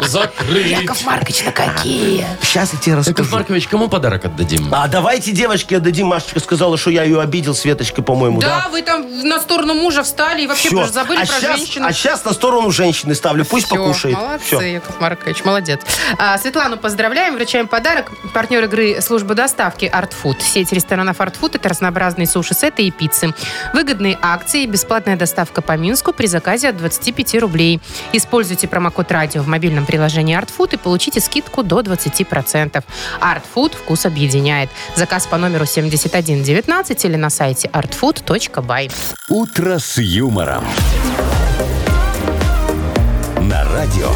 S2: Закрыть.
S3: Яков Маркович, на какие?
S4: Сейчас я тебе
S2: Яков
S4: расскажу.
S2: Маркович, кому подарок отдадим?
S4: А давайте девочке отдадим. Машечка сказала, что я ее обидел, Светочка, по-моему, да?
S3: Да, вы там на сторону мужа встали и вообще
S4: Всё.
S3: про- забыли
S4: а
S3: про
S4: щас-
S3: женщину.
S4: А сейчас на сторону женщины ставлю. Пусть
S3: Всё,
S4: покушает.
S3: Молодцы,
S4: Всё.
S3: Яков Маркович, молодец. А, Светлану поздравляем, вручаем подарок. Партнер игры службы доставки Art Food. Сеть ресторанов Art Food это разнообразные суши-сеты и пиццы. Выгодные акции, бесплатная доставка по Минску при заказе от 25 рублей. Используйте промокод радио в мобильном приложении Art Food и получите скидку до 20%. Art Food вкус объединяет. Заказ по номеру 7119 или на сайте artfood.by.
S1: «Утро с юмором». На радио.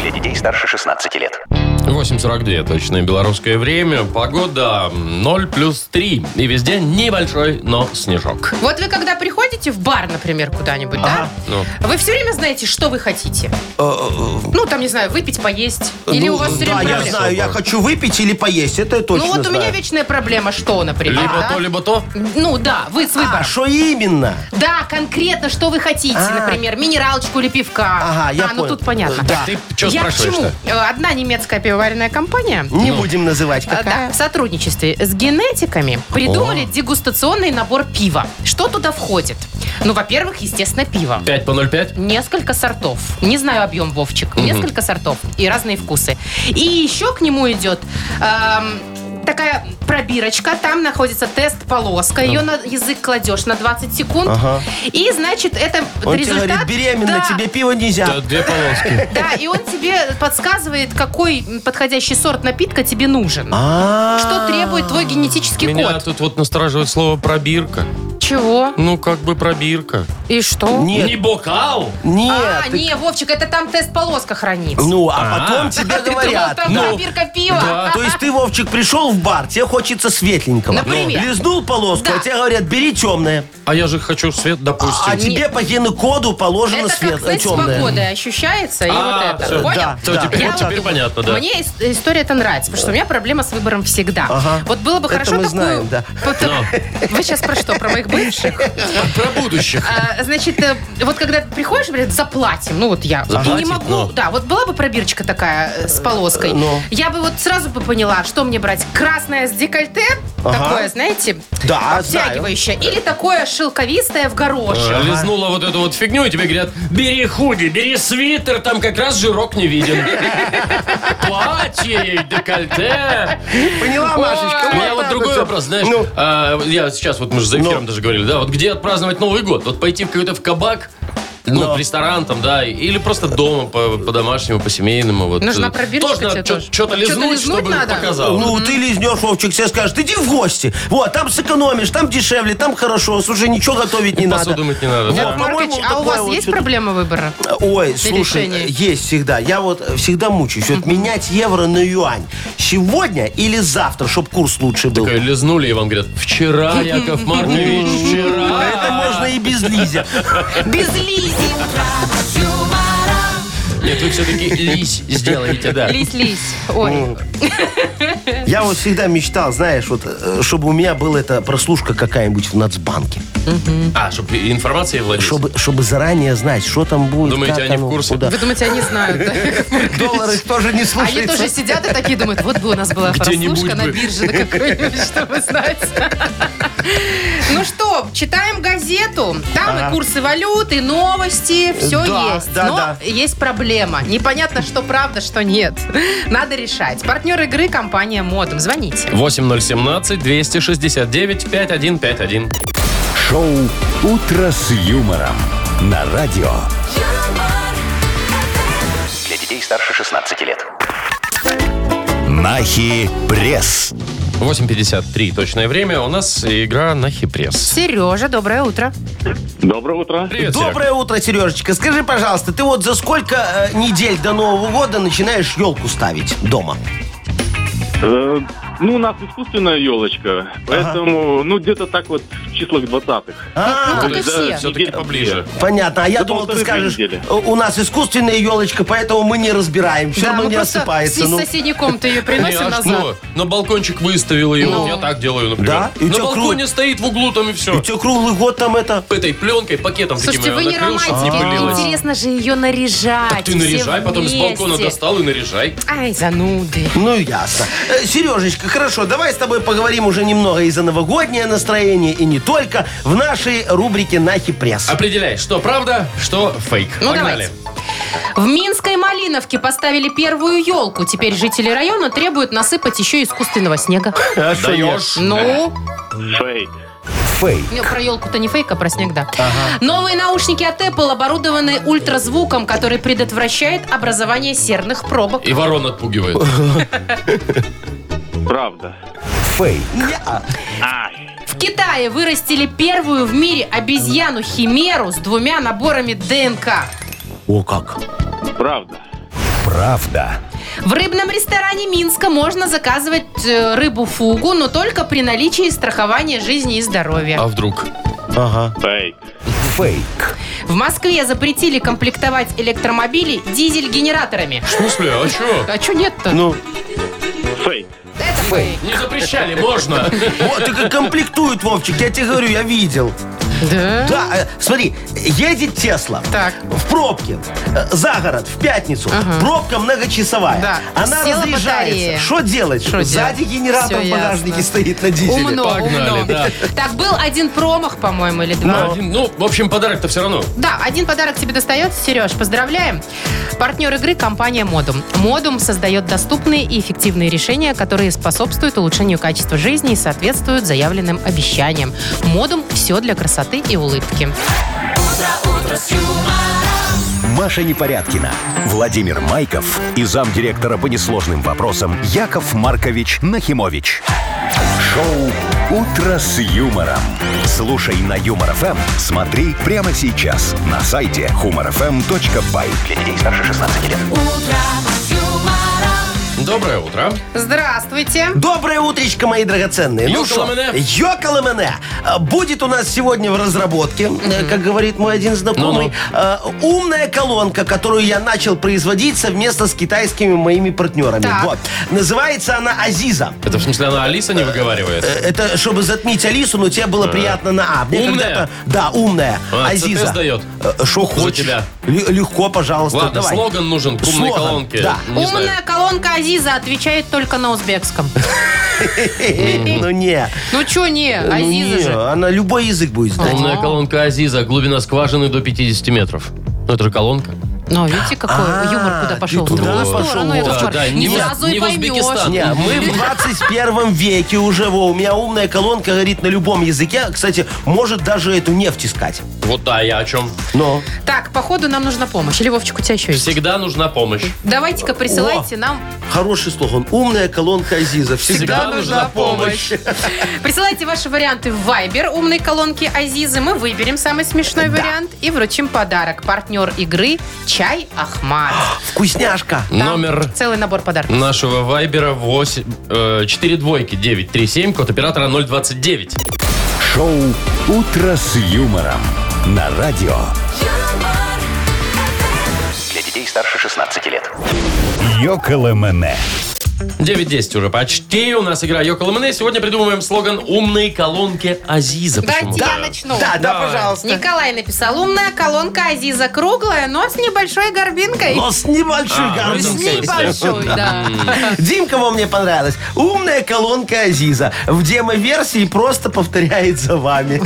S5: Для детей старше 16 лет.
S2: 8.42, точное белорусское время. Погода 0 плюс 3. И везде небольшой, но снежок.
S3: Вот вы когда приходите в бар, например, куда-нибудь, да?
S2: Ну,
S3: Вы все время знаете, что вы хотите.
S4: Э, э,
S3: Ну, там, не знаю, выпить, поесть. Или
S4: ну,
S3: у вас все
S4: Да,
S3: время
S4: я
S3: проблемы?
S4: знаю, я хочу выпить или поесть. Это я точно
S3: Ну, вот у
S4: знаю.
S3: меня вечная проблема, что, например.
S2: либо
S3: да?
S2: то, либо то.
S3: Ну, да, вы с
S4: А
S3: выбором.
S4: что именно?
S3: Да, конкретно, что вы хотите,
S4: А.
S3: например, минералочку или пивка.
S4: Ага, я
S3: А, ну
S4: понял.
S3: тут понятно.
S4: Да.
S2: Ты что
S3: я к чему?
S2: спрашиваешь-то?
S3: Э, Одна немецкая пиво- пивоваренная компания
S4: Не
S2: ну.
S4: будем называть,
S3: а,
S4: какая.
S3: да, в сотрудничестве с генетиками придумали дегустационный набор пива. Что туда входит? Ну, во-первых, естественно, пиво.
S2: 5 по 0,5?
S3: Несколько сортов. Не знаю объем, Вовчик. Несколько сортов и разные вкусы. И еще к нему идет эм, такая пробирочка. Там находится тест-полоска. Ее на язык кладешь на 20 секунд.
S4: Ну. Ага.
S3: И, значит, это
S4: Он
S3: результат...
S4: тебе говорит, беременна,
S3: Да.
S4: тебе пиво нельзя.
S2: Да, две полоски.
S3: Да, и он тебе подсказывает, какой подходящий сорт напитка тебе нужен.
S4: А.
S3: Что требует твой генетический
S2: Меня
S3: код?
S2: тут вот настораживает слово пробирка.
S3: Чего?
S2: Ну, как бы пробирка.
S3: И что?
S4: Нет,
S2: Не бокал?
S4: нет.
S3: А,
S4: ты-
S3: не, Вовчик, это там тест-полоска хранится.
S4: Ну,
S2: А.
S4: а потом тебе
S3: Ты думал,
S4: говорят.
S3: там
S4: ну,
S3: пробирка пива.
S2: да.
S4: То есть ты, Вовчик, пришел в бар, тебе хочется светленького.
S3: Например.
S4: Лизнул полоску,
S3: Да.
S4: а тебе говорят, бери темное.
S2: А я же хочу свет, допустим.
S4: А тебе по генокоду положено
S3: Это
S4: свет
S3: как, знаете, с
S4: темное.
S3: погодой ощущается, и
S2: А,
S3: вот
S2: всё,
S3: это. Понял?
S4: да.
S2: Всё, теперь,
S3: Я
S2: вот теперь
S3: вот-
S2: понятно, да.
S3: Мне ис- история эта нравится, потому что у меня проблема с выбором всегда.
S4: Ага.
S3: Вот было бы
S4: Это
S3: хорошо
S4: мы
S3: такую...
S4: знаем, да.
S3: вот- Вы сейчас про что? Про моих бывших?
S2: Про будущих.
S3: А, значит, э, вот когда приходишь, говорят, заплатим. Ну вот я. и
S2: Заплатим,
S3: не могу.
S2: но.
S3: Да, вот была бы пробирочка такая э, с полоской.
S4: но.
S3: Я бы вот сразу бы поняла, что мне брать. Красное с декольте,
S4: Ага. А,
S3: такое, знаете,
S4: Да, знаю.
S3: обтягивающее. Или такое шелковистое в горошек.
S2: Э, Лизнула вот эту вот фигню, и тебе говорят, бери худи, бери свитер, там как раз жирок не виден. Платье, декольте.
S4: Поняла, Машечка?
S2: У меня вот
S4: так
S2: другой
S4: всё.
S2: вопрос, знаешь,
S4: Ну.
S2: а, я сейчас, вот мы же за эфиром даже говорили, да, вот где отпраздновать Новый год? Вот пойти в какой-то в кабак, ну,
S4: Но.
S2: в ресторан там, да, или просто дома по- по-домашнему, по-семейному. вот.
S3: Нужна
S2: Э,
S3: пробирочка тебе
S2: Тоже
S3: тоже.
S2: что-то
S3: Чё-то
S2: лизнуть,
S3: лизнуть
S2: чтобы
S3: надо?
S2: показал.
S4: Ну, ты лизнешь, Вовчик, тебе скажет, иди в гости. Вот, там сэкономишь, там дешевле, там хорошо. Слушай, ничего готовить не
S2: Посуду
S4: надо.
S2: мыть не надо,
S4: Вот,
S2: да.
S3: Яков Маркович,
S4: по-моему,
S3: а у
S4: такое
S3: вас
S4: вот
S3: есть
S4: чё-то-
S3: проблема выбора?
S4: Ой, слушай,
S3: решение.
S4: есть всегда. Я вот всегда мучаюсь. Вот менять евро на юань. Сегодня или завтра, чтобы курс лучше был.
S2: Такое Э, лизнули, и вам говорят, вчера, Яков Маркович,
S4: А Это
S2: вчера.
S4: можно и без Лизя.
S3: Без лизи.
S2: Нет, вы все-таки лись сделаете, да.
S3: Лись-лись. Ой.
S4: Ну, Я вот всегда мечтал, знаешь, вот, э, чтобы у меня была эта прослушка какая-нибудь в Нацбанке.
S2: А, чтобы информацией владеть.
S4: Чтобы, чтобы заранее знать, что там будет.
S2: Думаете,
S4: как
S2: они в
S4: оно,
S2: курсе?
S4: куда.
S3: Вы думаете, они знают? да?
S4: Доллары тоже не
S3: Они тоже
S4: слушаются.
S3: сидят и такие думают, вот бы у нас была
S2: Где-нибудь
S3: прослушка на
S2: бы.
S3: бирже на какой-нибудь, чтобы знать. Ну что, читаем газету. Там и курсы валют, и новости, все
S4: Да,
S3: есть.
S4: да,
S3: Но
S4: да.
S3: есть проблема. Непонятно, что правда, что нет. Надо решать. Партнер игры – компания «Модем». Звоните.
S2: 8017-269-5151.
S1: Шоу «Утро с юмором» на радио.
S5: Для детей старше 16 лет.
S1: Нахи пресс.
S2: 8.53 точное время. У нас игра на хипресс.
S3: Сережа, доброе утро.
S7: Доброе утро.
S2: Привет, Серег.
S4: Доброе утро, Сережечка. Скажи, пожалуйста, ты вот за сколько э, недель до Нового года начинаешь елку ставить дома?
S7: Э, ну, у нас искусственная елочка, поэтому, ну, где-то так вот в числах 20-х.
S4: А,
S3: Ну, как
S2: Да,
S3: и все.
S2: все-таки
S7: Неделя.
S2: поближе.
S4: Понятно. А я
S7: Да
S4: думал, ты
S7: полторы-две
S4: скажешь,
S7: недели.
S4: «Э, у нас искусственная елочка, поэтому мы не разбираем. Все
S3: Да,
S4: равно
S3: мы
S4: не
S3: просто
S4: осыпается.
S3: Из
S4: Ну.
S3: соседней комнаты ее
S2: Не,
S3: приносим
S2: аж
S3: назад.
S2: ну, на балкончик выставил ее.
S3: Ну.
S2: Вот Я так делаю, например.
S4: Да? И у
S2: На
S4: тебя
S2: балконе
S4: круг-
S2: стоит в углу там и все.
S4: У тебя круглый год там это...
S2: Этой пленкой, пакетом
S3: Слушайте,
S2: таким
S3: вы
S2: её
S3: не
S2: накрыл, чтоб
S3: романтики,
S2: пылилось.
S3: интересно же ее наряжать.
S2: Так ты
S3: все
S2: наряжай, потом с балкона
S3: вместе.
S2: достал и наряжай.
S3: Ай, зануды.
S4: Ну, ясно. Э, Сережечка, хорошо, давай с тобой поговорим уже немного и за новогоднее настроение, и не только, в нашей рубрике «Нахи пресс».
S2: Определяй, что правда, что фейк.
S3: Ну,
S2: Погнали.
S3: В Минской Малиновке поставили первую елку. Теперь жители района требуют насыпать еще искусственного снега.
S4: А
S2: Даешь.
S3: Ну,
S7: Фейк.
S1: Фейк.
S3: не, про елку-то не фейк, а про снег, да. Новые наушники от Apple оборудованы ультразвуком, который предотвращает образование серных пробок.
S2: И ворон отпугивает.
S7: Правда.
S1: Фейк.
S4: Не-а.
S3: В Китае вырастили первую в мире обезьяну-химеру с двумя наборами ДНК.
S4: О, как.
S7: Правда.
S1: Правда.
S3: В рыбном ресторане Минска можно заказывать э, рыбу фугу, но только при наличии страхования жизни и здоровья.
S2: А вдруг?
S4: Ага.
S7: Фейк.
S1: Фейк.
S3: В Москве запретили комплектовать электромобили дизель-генераторами. Ну,
S2: В смысле, а что?
S3: А что нет-то?
S4: Ну,
S7: Фейк.
S3: Это фейк.
S2: Не запрещали, можно.
S4: Вот, так и комплектуют, Вовчик, я тебе говорю, я видел.
S3: Да?
S4: Да, э, смотри, едет Тесла.
S3: Так.
S4: В пробке. э, За город, в пятницу. Пробка многочасовая.
S3: Да.
S4: Она
S3: Села батарея.
S4: разъезжается. Что делать?
S3: Шо
S4: Сзади
S3: делать?
S4: генератор
S3: Всё
S4: в багажнике
S3: ясно.
S4: стоит на дизеле.
S3: Умно,
S2: Погнали,
S3: умно.
S2: да.
S3: Так, был один промах, по-моему, или два.
S2: Ну, один- Ну, в общем, подарок-то все равно.
S3: Да, один подарок тебе достается, Сереж. Поздравляем. Партнер игры – компания «Модум». «Модум» создает доступные и эффективные решения, которые способствуют улучшению качества жизни и соответствуют заявленным обещаниям. «Модум» – все для красоты и улыбки.
S1: Маша Непорядкина, Владимир Майков и замдиректора по несложным вопросам Яков Маркович Нахимович. Шоу «Утро с юмором». Слушай на Юмор ФМ, смотри прямо сейчас на сайте humorfm.by. Для детей старше 16 лет.
S2: Доброе утро.
S3: Здравствуйте.
S4: Доброе утречко, мои драгоценные. Ну
S2: Йокала
S4: шо,
S2: мене.
S4: йокала мене. А, Будет у нас сегодня в разработке, э, как говорит мой один знакомый, э, умная колонка, которую я начал производить совместно с китайскими моими партнерами.
S3: Так.
S4: Вот. Называется она «Азиза».
S2: Это в смысле она Алиса не
S4: Э,
S2: выговаривает?
S4: Это чтобы затмить Алису, но тебе было приятно на А. Мне
S2: Э, Умная?
S4: когда-то- Да, умная.
S2: А,
S4: Азиза.
S2: ЦТ сдает?
S4: Э, Шо хочешь.
S2: тебя.
S4: Л- легко, пожалуйста.
S2: Ладно,
S4: давай.
S2: слоган нужен к умной
S4: Слоган,
S2: колонке.
S4: да.
S2: Не
S3: Умная
S2: знаю.
S3: колонка Азиза отвечает только на узбекском.
S4: Ну не.
S3: Ну чё не, Азиза
S4: Не,
S3: же.
S4: Она любой язык будет знать.
S2: Умная колонка Азиза. Глубина скважины до 50 метров. Ну, это же колонка.
S3: Ну, видите, какой
S4: А,
S3: юмор куда
S4: ты
S3: пошел. В
S4: туда
S3: другую сторону,
S4: пошел.
S3: Яков
S2: Да,
S3: Маркович.
S2: да,
S3: Не
S2: не в-
S3: сразу и
S2: не в
S3: поймешь.
S2: Узбекистан.
S4: Не, мы в 21 веке уже, во, у меня умная колонка горит на любом языке. Кстати, может даже эту нефть искать.
S2: Вот да, я о чем.
S4: Но.
S3: Так, походу нам нужна помощь. Или, Вовчик, у тебя еще есть?
S2: Всегда нужна помощь.
S3: Давайте-ка присылайте нам
S4: Хороший слоган. Умная колонка Азиза. Всегда.
S2: Всегда нужна помощь.
S3: Присылайте ваши варианты в Viber умной колонки Азизы. Мы выберем самый смешной вариант и вручим подарок. Партнер игры «Чай Ахмат».
S4: Вкусняшка.
S3: Там
S2: Номер
S3: Целый набор подарков.
S2: нашего вайбера 8, 4 двойки 937, код оператора 029.
S1: Шоу «Утро с юмором» на радио.
S5: Для детей старше 16 лет.
S1: Йоколэмэне.
S2: 9.10 уже почти. У нас игра Йокол Сегодня придумываем слоган «Умные колонки Азиза».
S3: Дайте
S2: почему-то.
S3: я начну.
S4: Да, да,
S2: Давай.
S4: пожалуйста.
S3: Николай написал, умная колонка Азиза круглая, но с небольшой горбинкой.
S4: Но Ну, с небольшой
S2: А,
S3: С
S4: горбинкой.
S3: небольшой, да.
S4: Димка во мне понравилась. Умная колонка Азиза. В демо-версии просто повторяет за вами.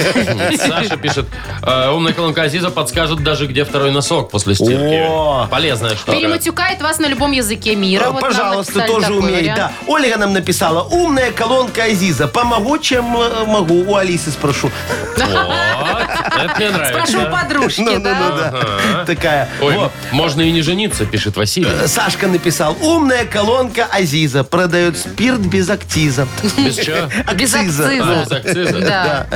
S2: Саша пишет, «Э, умная колонка Азиза подскажет даже, где второй носок после стирки.
S4: О!
S2: Полезная штука.
S3: Перематюкает вас на любом языке мира. Вот нам
S4: Э, А, Пожалуйста,
S3: написали
S4: тоже
S3: такой
S4: умеет.
S3: вариант.
S4: Да. Ольга нам написала. Умная колонка Азиза. Помогу, чем э, могу. У Алисы спрошу.
S2: Вот, это мне нравится.
S3: Спрошу у подружки,
S4: Ну-ну-ну,
S3: да.
S4: Ну, да. Такая.
S2: Ой,
S4: Вот.
S2: можно и не жениться, пишет Василий.
S4: Сашка написал. Умная колонка Азиза. Продает спирт без актиза.
S2: Без чего?
S3: Без
S4: Акциза.
S2: А,
S3: акциза.
S2: без акциза.
S3: Да.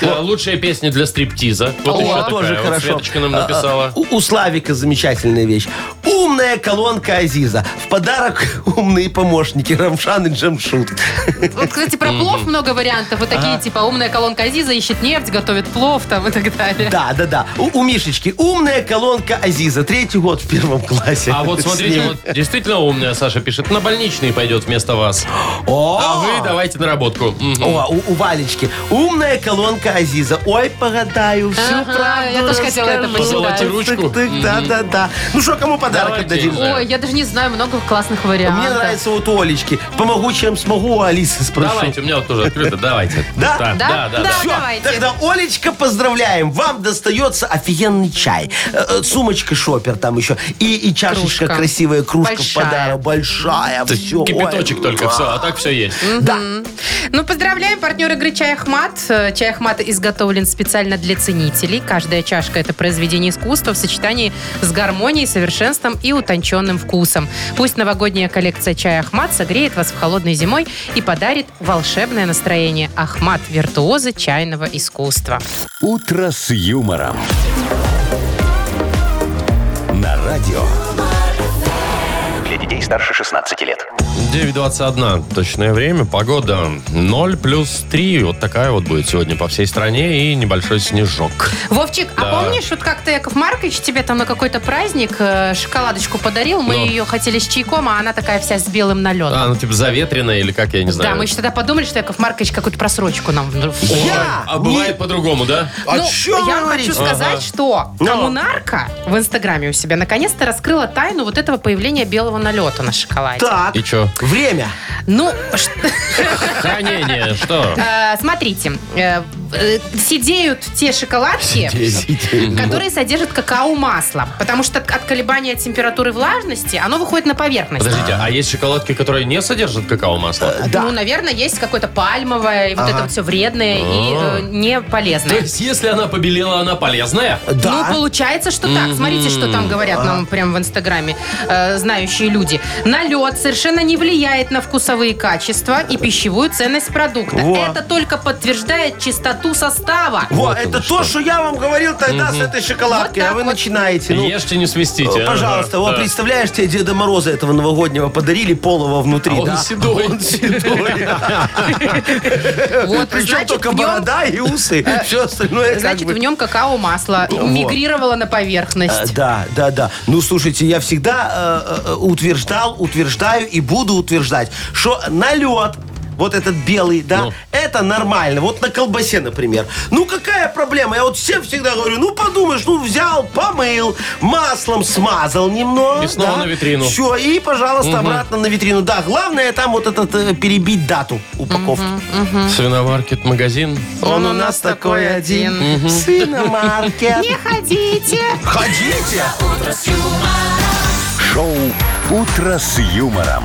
S2: Э, Лучшие песни для стриптиза. Вот
S4: О, а,
S2: еще такая.
S4: тоже
S2: Вот
S4: хорошо.
S2: Светочка нам
S4: А,
S2: написала.
S4: У, у Славика замечательная вещь. Умная колонка Азиза. В подарок умные помощники Рамшан и Джамшут.
S3: Вот, кстати, про плов много вариантов. Вот
S4: А.
S3: такие, типа, умная колонка Азиза ищет нефть, готовит плов там и так далее.
S4: Да, да, да. У, у Мишечки умная колонка Азиза. Третий год в первом классе.
S2: А вот
S4: С
S2: смотрите,
S4: ним.
S2: вот действительно умная Саша пишет, на больничный пойдет вместо вас.
S4: О!
S2: А вы давайте наработку. Мгм.
S4: О, у, у Валечки. Умная колонка Азиза. Ой, погадаю, всю
S3: Ага,
S4: правду
S3: я тоже хотела это
S4: расскажу.
S3: почитать.
S2: Позолоти ручку.
S4: Тык-тык, Да, да, да. Ну что, кому подарок
S2: Давайте.
S4: отдадим?
S2: Да.
S3: Ой, я даже не знаю, много классных вариантов.
S4: Мне нравится вот у Олечки. Помогу, чем смогу, у Алисы спрошу.
S2: Давайте, у меня вот тоже открыто, давайте.
S4: Да?
S2: Да, да, да.
S3: Да.
S2: да.
S4: Всё,
S3: давайте.
S4: тогда, Олечка, поздравляем. Вам достается офигенный чай. Э, э, Сумочка шопер там еще. И, и чашечка
S3: Кружка.
S4: красивая, кружка в
S3: Большая.
S4: подарок. Большая. Все.
S2: Кипяточек только, все, а так все есть.
S4: Да.
S3: Ну, поздравляем партнер игры «Чай Ахмат». Э, Чай Ахмат изготовлен специально для ценителей. Каждая чашка – это произведение искусства в сочетании с гармонией, совершенством и утонченным вкусом. Пусть новогодняя коллекция «Чай Ахмат» согреет вас в холодной зимой и подарит волшебное настроение. «Ахмат» – виртуозы чайного искусства.
S1: «Утро с юмором». На радио.
S5: Для детей старше 16 лет.
S2: 9.21 точное время, погода 0 плюс 3. Вот такая вот будет сегодня по всей стране и небольшой снежок.
S3: Вовчик,
S2: Да.
S3: а помнишь, вот как-то Яков Маркович тебе там на какой-то праздник э, шоколадочку подарил, мы
S2: Ну.
S3: ее хотели с чайком, а она такая вся с белым налетом.
S2: А, ну типа заветренная или как, я не знаю.
S3: Да, мы еще тогда подумали, что Яков Маркович какую-то просрочку нам... вну-
S2: Ой,
S4: Я
S2: А бывает по-другому, да?
S4: А
S3: Ну,
S4: чё вы
S3: я
S4: говорите?
S3: хочу сказать,
S2: Ага. Ну.
S3: что коммунарка в Инстаграме у себя наконец-то раскрыла тайну вот этого появления белого налета на шоколаде.
S4: Так,
S2: И чё?
S4: время.
S3: Ну, что-
S2: Хранение, что?
S3: э, смотрите, э, э, сидеют те шоколадки, которые содержат какао-масло, потому что от от колебания температуры и влажности оно выходит на поверхность.
S2: Подождите, а есть шоколадки, которые не содержат какао-масла?
S3: Ну, наверное, есть какое-то пальмовое, и вот это все вредное и э, не
S2: А. То
S3: полезное.
S2: есть, если она побелела, она полезная?
S4: Да. А.
S3: Ну, получается, что так. Смотрите, что там говорят нам прям в Инстаграме э, знающие люди. Налет совершенно не влияет на вкусовые качества и пищевую ценность продукта.
S4: Во.
S3: Это только подтверждает чистоту состава.
S4: Вот, это то, что я вам говорил тогда с этой шоколадкой, а вы начинаете. ну.
S2: Ешьте, не свистите.
S4: Э, Пожалуйста,
S2: Ага, А,
S4: вот
S2: да.
S4: представляешь, тебе Деда Мороза этого новогоднего подарили полого внутри,
S2: А он
S4: да?
S2: седой.
S4: Он седой.
S3: Вот,
S4: Причем
S3: значит,
S4: Э, только
S3: в нем-
S4: борода и усы. Все остальное как
S3: Значит,
S4: бы...
S3: в нем какао-масло мигрировало на
S4: Э,
S3: поверхность.
S4: Да, да, да. Ну, слушайте, я всегда э, э, э, утверждал, утверждаю и буду утверждать, что налет вот этот белый, да,
S2: Ну.
S4: это нормально. Вот на колбасе, например. Ну, какая проблема? Я вот всем всегда говорю, ну, подумаешь, ну, взял, помыл, маслом смазал немного.
S2: И снова
S4: да.
S2: на витрину.
S4: Все, и, пожалуйста, обратно на витрину. Да, главное там вот этот э, перебить дату упаковки.
S2: Свиномаркет, магазин.
S4: Он у нас такой один. Свиномаркет.
S3: Не ходите!
S4: Ходите!
S1: Шоу «Утро с юмором».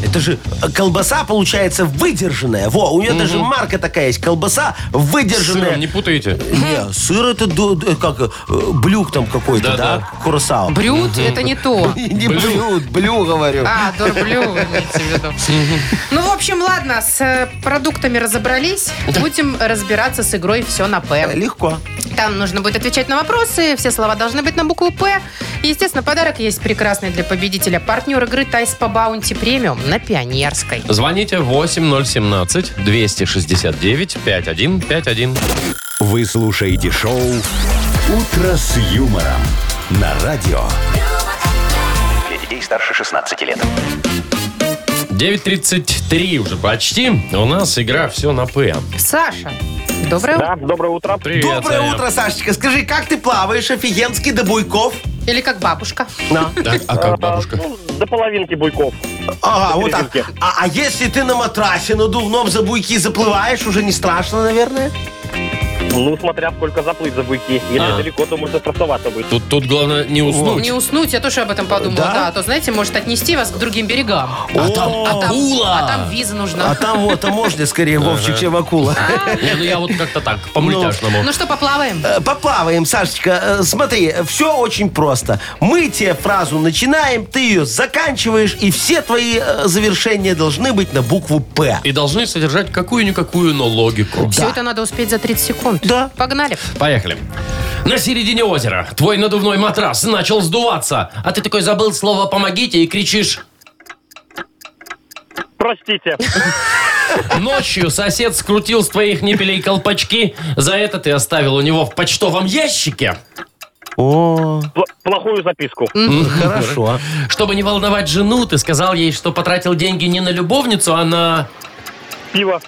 S4: Это же э, колбаса, получается, выдержанная. Во, у нее даже марка такая есть. Колбаса
S2: С
S4: выдержанная.
S2: сыром не путаете?
S4: Не, сыр это ду- ду- как э, блюк там какой-то, да?
S2: Да-да.
S4: Курсал.
S3: Брют это не то.
S4: Не блюд, блю говорю.
S3: А, дурблю, вы имеете в виду. Ну, в общем, ладно, с э, продуктами разобрались. Будем разбираться с игрой «Все на П».
S4: Легко.
S3: Там нужно будет отвечать на вопросы, все слова должны быть на букву «П». И, Естественно, подарок есть прекрасный для победителя. Партнер игры «Тайс по баунти премиум» на Пионерской.
S2: Звоните 8017-269-5151.
S1: Вы слушаете шоу «Утро с юмором» на радио.
S5: Для детей старше 16 лет.
S2: 9.33 уже почти. У нас игра все на П.
S3: Саша, доброе утро.
S7: доброе утро.
S2: Привет,
S4: Доброе
S2: Саня.
S4: утро, Сашечка. Скажи, как ты плаваешь офигенски до буйков?
S3: Или как бабушка.
S4: На.
S2: Так, а как бабушка?
S7: Ну, до половинки буйков.
S4: Ага, вот так.
S7: Серединке.
S4: А, а если ты на матрасе надувном за буйки заплываешь, уже не страшно, наверное?
S7: Ну, смотря сколько заплыть за буйки. Если
S2: А.
S7: далеко, то может страшновато быть.
S2: Тут, тут главное не уснуть.
S3: Ну, Не уснуть, я тоже об этом подумала.
S4: Да?
S3: Да, а то, знаете, может отнести вас к другим берегам.
S4: А там
S3: акула! А там виза нужна.
S4: А там вот таможня скорее, Вовчик, чем акула.
S2: Не, ну я вот как-то так, по-мультяшному.
S3: Ну что, поплаваем?
S4: Э, Поплаваем, Сашечка. Э, Смотри, все очень просто. Мы тебе фразу начинаем, ты ее заканчиваешь, и все твои э, завершения должны быть на букву «П».
S2: И должны содержать какую-никакую, но логику.
S3: Все это надо успеть за 30 секунд.
S4: Да.
S3: Погнали.
S2: Поехали. На середине озера твой надувной матрас начал сдуваться, а ты такой забыл слово «помогите» и кричишь
S7: Простите.
S2: Ночью сосед скрутил с твоих ниппелей колпачки. За это ты оставил у него в почтовом ящике.
S4: О,
S7: Пл- Плохую записку.
S4: хорошо.
S2: Чтобы не волновать жену, ты сказал ей, что потратил деньги не на любовницу, а на... А.
S7: Пиво.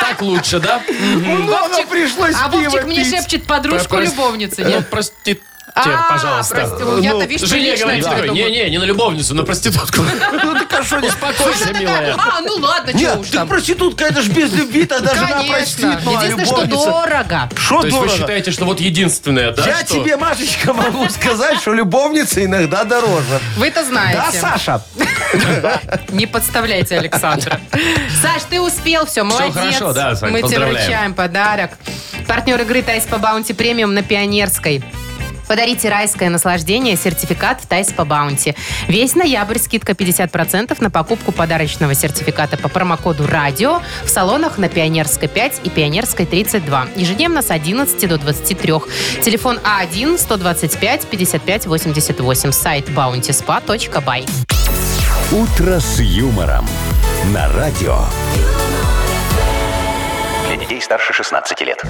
S2: Так лучше, да?
S4: Много пришлось
S3: А
S4: пива
S3: Вовчик мне
S4: пить.
S3: шепчет подружку
S2: Про- про-
S3: любовницы.
S2: Ну,
S3: Нет?
S2: простите,
S3: А,
S2: пожалуйста.
S3: прости, я-то, видишь,
S2: Жене
S3: прилично
S2: говорит,
S3: это
S2: такой,
S3: думаю.
S2: не-не, не на любовницу, на проститутку.
S4: Ну ты а что, не-
S2: Успокойся,
S3: Она такая,
S2: милая.
S3: а, ну ладно, чего
S4: Нет,
S3: уж
S4: ты
S3: там.
S4: проститутка, это ж без любви, тогда жена простит.
S3: Конечно.
S4: ну, а
S3: Единственное, что
S4: любовница-
S3: дорого.
S4: Что
S2: То есть вы
S4: дорого?
S2: считаете, что вот единственное, да?
S4: Я
S2: что-
S4: тебе, Машечка, могу сказать, что любовница иногда дороже.
S3: Вы это
S4: Да,
S3: знаете.
S4: Саша?
S3: Не подставляйте Александра. Саш, ты успел, все, молодец.
S2: хорошо, да, Сань,
S3: Мы тебе
S2: поздравляем.
S3: вручаем подарок. Партнер игры Тайс по Баунти Премиум на Пионерской. Подарите райское наслаждение, сертификат в Тайс по Баунти. Весь ноябрь скидка 50% на покупку подарочного сертификата по промокоду «Радио» в салонах на Пионерской 5 и Пионерской 32. Ежедневно с 11 до 23. Телефон А А1-125-55-88. Сайт bountyspa.by.
S1: «Утро с юмором» на радио.
S5: Для детей старше 16 лет.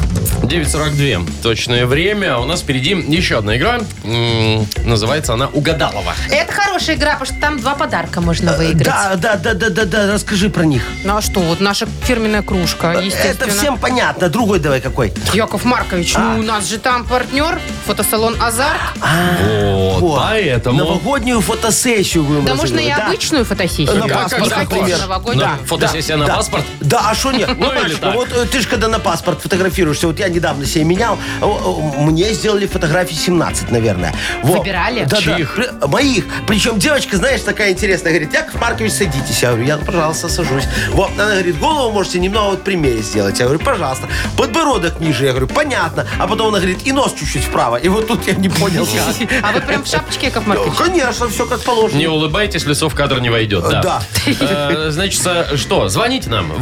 S2: 9.42 точное время. А У нас впереди еще одна игра. М, Называется она «Угадалова».
S3: Это хорошая игра, потому что там два подарка можно выиграть.
S4: Да, да, да, да, да, да, расскажи про них.
S3: Ну а что, вот наша фирменная кружка, естественно.
S4: Это всем А. понятно. Другой давай какой.
S3: Яков Маркович, ну у нас же там партнер, фотосалон «Азарт».
S4: А,
S2: Вот,
S4: Во.
S2: поэтому...
S4: Новогоднюю фотосессию будем
S3: Да можно и
S4: разыгрывать, да.
S3: обычную фотосессию.
S4: На
S3: Не
S4: паспорт,
S3: хотите
S4: например.
S3: новогоднюю?
S2: На Фотосессия на
S4: да.
S2: паспорт?
S4: Да, а что нет? Ну,
S2: Ну, или
S4: точно.
S2: так.
S4: Вот э, ты же когда на паспорт фотографируешься, вот я недавно себе менял, э, э, мне сделали фотографии 17, наверное. Во.
S3: Выбирали?
S4: Да, да.
S2: Чьих?
S4: При- Моих. Причем девочка, знаешь, такая интересная, говорит, Яков Маркович, садитесь. Я говорю, я, пожалуйста, сажусь. Вот, она говорит, голову можете немного вот прямее сделать. Я говорю, пожалуйста. Подбородок ниже. Я говорю, понятно. А потом она говорит, и нос чуть-чуть вправо. И вот тут я не понял, как.
S3: А вы прям в шапочке, Яков Маркович?
S4: Конечно, все как
S2: Не
S4: положено.
S2: улыбайтесь, лесов в кадр не войдет. Да.
S4: Да.
S2: Э, Значит, э, что? Звоните нам.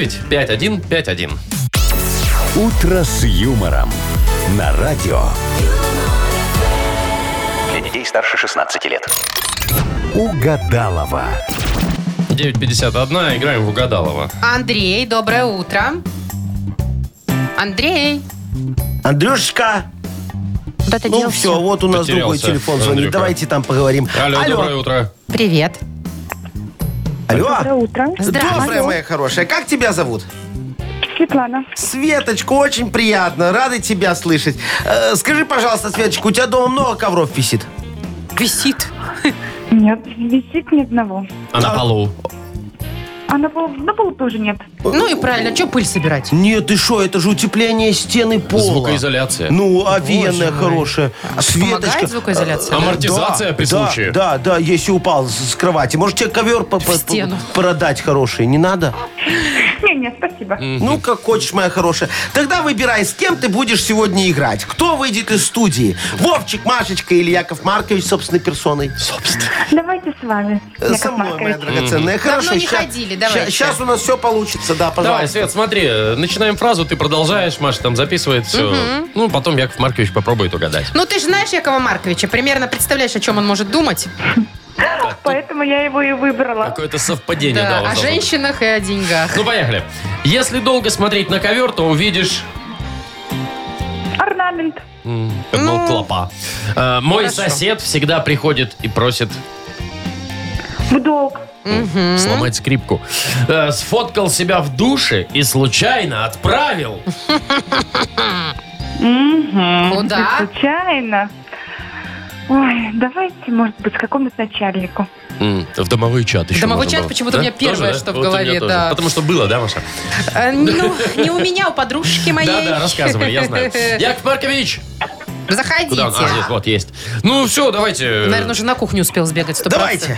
S2: 8017-269-5151.
S1: «Утро с юмором» на радио.
S5: Для детей старше 16 лет.
S1: Угадалова.
S2: 9.51. Играем в Угадалова.
S3: Андрей, доброе утро. Андрей,
S4: Андрюшечка,
S3: куда ты
S4: Ну
S3: делся?
S4: все, вот у нас другой
S2: Потерялся,
S4: телефон звонит.
S2: Андрюха.
S4: Давайте там поговорим.
S2: Алло, доброе утро.
S3: Привет.
S8: Доброе
S4: Алло.
S8: утро.
S4: Доброе, моя хорошая. Как тебя зовут?
S8: Светлана.
S4: Светочка, очень приятно. Рада тебя слышать. Э, скажи, пожалуйста, Светочка, у тебя дома много ковров висит?
S3: Висит.
S8: Нет, висит ни одного.
S2: А на полу?
S8: А на полу, на полу тоже нет.
S3: Ну и правильно, что пыль собирать?
S4: Нет, ты что, это же утепление стены пола.
S2: Звукоизоляция.
S4: Ну, офигенная, хорошая.
S3: А Помогает
S4: Светочка. А,
S3: звукоизоляция?
S2: Амортизация при
S4: да,
S2: случае.
S4: Да, да, если упал с с кровати. Может, тебе ковер по- по-
S3: стену.
S4: продать хороший? Не надо?
S8: Не, не, спасибо.
S4: Ну, как хочешь, моя хорошая. Тогда выбирай, с кем ты будешь сегодня играть. Кто выйдет из студии? Вовчик, Машечка или Яков Маркович собственной персоной?
S8: Давайте с вами,
S4: Э,
S8: Яков
S4: моя
S8: Маркович.
S4: драгоценная. Хорошо,
S3: не
S4: ща-
S3: ходили,
S4: ща-
S3: давайте.
S4: щас у нас все получится, да,
S2: Давай,
S4: пожалуйста.
S2: Свет, смотри, э, начинаем фразу, ты продолжаешь, Маша там записывает все. Ну, потом Яков Маркович попробует угадать.
S3: Ну ты же знаешь Якова Марковича, примерно представляешь, о чем он может думать.
S8: Поэтому я его и выбрала.
S2: Какое-то совпадение, да, у
S3: о
S2: вас должно быть.
S3: женщинах и о деньгах.
S2: Ну, поехали. Если долго смотреть на ковер, то увидишь...
S8: Орнамент.
S2: м, Как
S3: Ну.
S2: был ну, клопа. Э, Мой сосед всегда приходит и просит
S8: В долг.
S2: сломать скрипку. Э, Сфоткал себя в душе и случайно отправил.
S3: Куда?
S8: Случайно. Ой, давайте, может быть, какому-то начальнику.
S2: М, В домовой чат еще.
S3: Домовой
S2: можно
S3: чат
S2: было.
S3: почему-то у меня первое,
S2: Тоже, да?
S3: что в
S2: Вот у меня
S3: голове,
S2: тоже.
S3: да.
S2: Потому что было, да, Маша?
S3: Э, Ну, не у меня, у подружки моей.
S2: Да, да, рассказывали, я знаю. Яков Маркович!
S3: Заходите.
S2: Куда он? А, здесь, вот, есть. Ну, все, давайте.
S3: Наверное, уже на кухню успел сбегать. 100%.
S4: Давайте.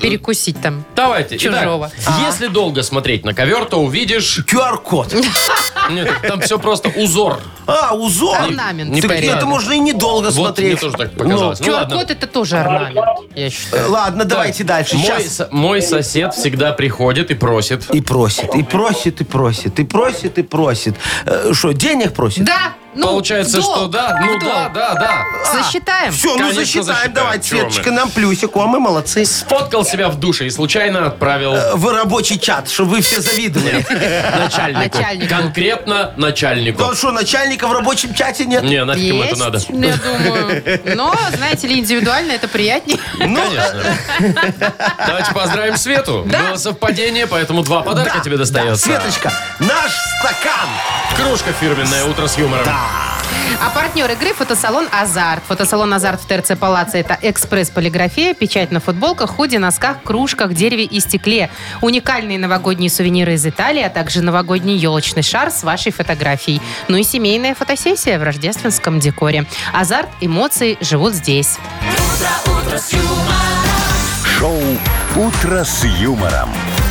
S3: Перекусить там.
S2: Давайте. Итак,
S3: Чужого. А.
S2: если долго смотреть на ковер, то увидишь...
S4: QR-код.
S2: Нет, там все просто узор.
S4: А, узор.
S3: Орнамент.
S4: Так
S2: Непорядок.
S4: это можно и недолго
S2: Вот мне
S4: смотреть.
S2: тоже так показалось. Ну, ладно.
S3: QR-код это тоже орнамент, я считаю.
S4: Э, Ладно, давайте дальше.
S2: Мой,
S4: Щас.
S2: со- мой сосед всегда приходит и просит.
S4: И просит, и просит, и просит, и просит, и просит. Э, Что, денег просит?
S3: Да, ну, а
S2: Получается,
S3: в долг,
S2: что да,
S3: в
S2: ну
S3: долг.
S2: да, да, да.
S3: Засчитаем?
S4: Все, ну
S2: Конечно,
S4: засчитаем,
S2: засчитаем.
S4: давай,
S2: Чего мы?
S4: Светочка, нам плюсик, а мы молодцы.
S2: Сфоткал себя в душе и случайно отправил
S3: Э,
S4: В рабочий чат, чтобы вы все завидовали.
S2: начальнику.
S3: начальнику.
S2: Конкретно начальнику.
S4: Ну а что, начальника в рабочем чате нет?
S2: Не, нафиг ему это
S3: Есть,
S2: надо.
S3: я думаю. Но, знаете ли, индивидуально это приятнее.
S2: Конечно. Давайте поздравим Свету. Было совпадение, поэтому два подарка тебе достается.
S4: Светочка, наш стакан.
S2: Кружка фирменная «Утро с юмором».
S3: А партнер игры фотосалон «Азарт». Фотосалон «Азарт» в ТРЦ «Палаца» — это экспресс-полиграфия, печать на футболках, худи, носках, кружках, дереве и стекле. Уникальные новогодние сувениры из Италии, а также новогодний елочный шар с вашей фотографией. Ну и семейная фотосессия в рождественском декоре. «Азарт» — эмоции живут здесь.
S1: Шоу «Утро с юмором».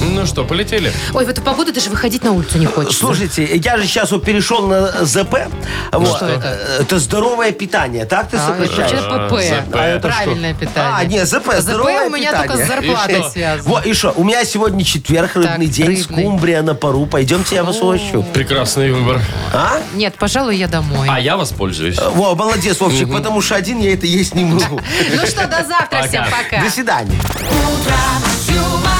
S2: Ну что, полетели?
S3: Ой, в эту погоду даже выходить на улицу не хочется.
S4: Слушайте, я же сейчас вот перешел на ЗП. Вот.
S3: что это?
S4: Это здоровое питание. Так ты
S3: А, это
S4: сокращаешь?
S3: вообще ПП.
S2: А это
S3: Правильное питание.
S4: А, не, ЗП,
S3: ЗП
S4: здоровое
S3: у меня только
S4: питание.
S3: с зарплатой
S2: И что?
S3: связано.
S4: Во, и что, у меня сегодня четверг, рыбный день,
S3: рыбный.
S4: скумбрия на пару. Пойдемте, я вас угощу.
S2: Прекрасный выбор.
S4: А?
S3: Нет, пожалуй, я домой.
S2: А я воспользуюсь.
S4: Во, молодец, Вовчик, потому что один я это есть не могу.
S3: Ну что, до завтра всем пока.
S4: До свидания.
S9: humor.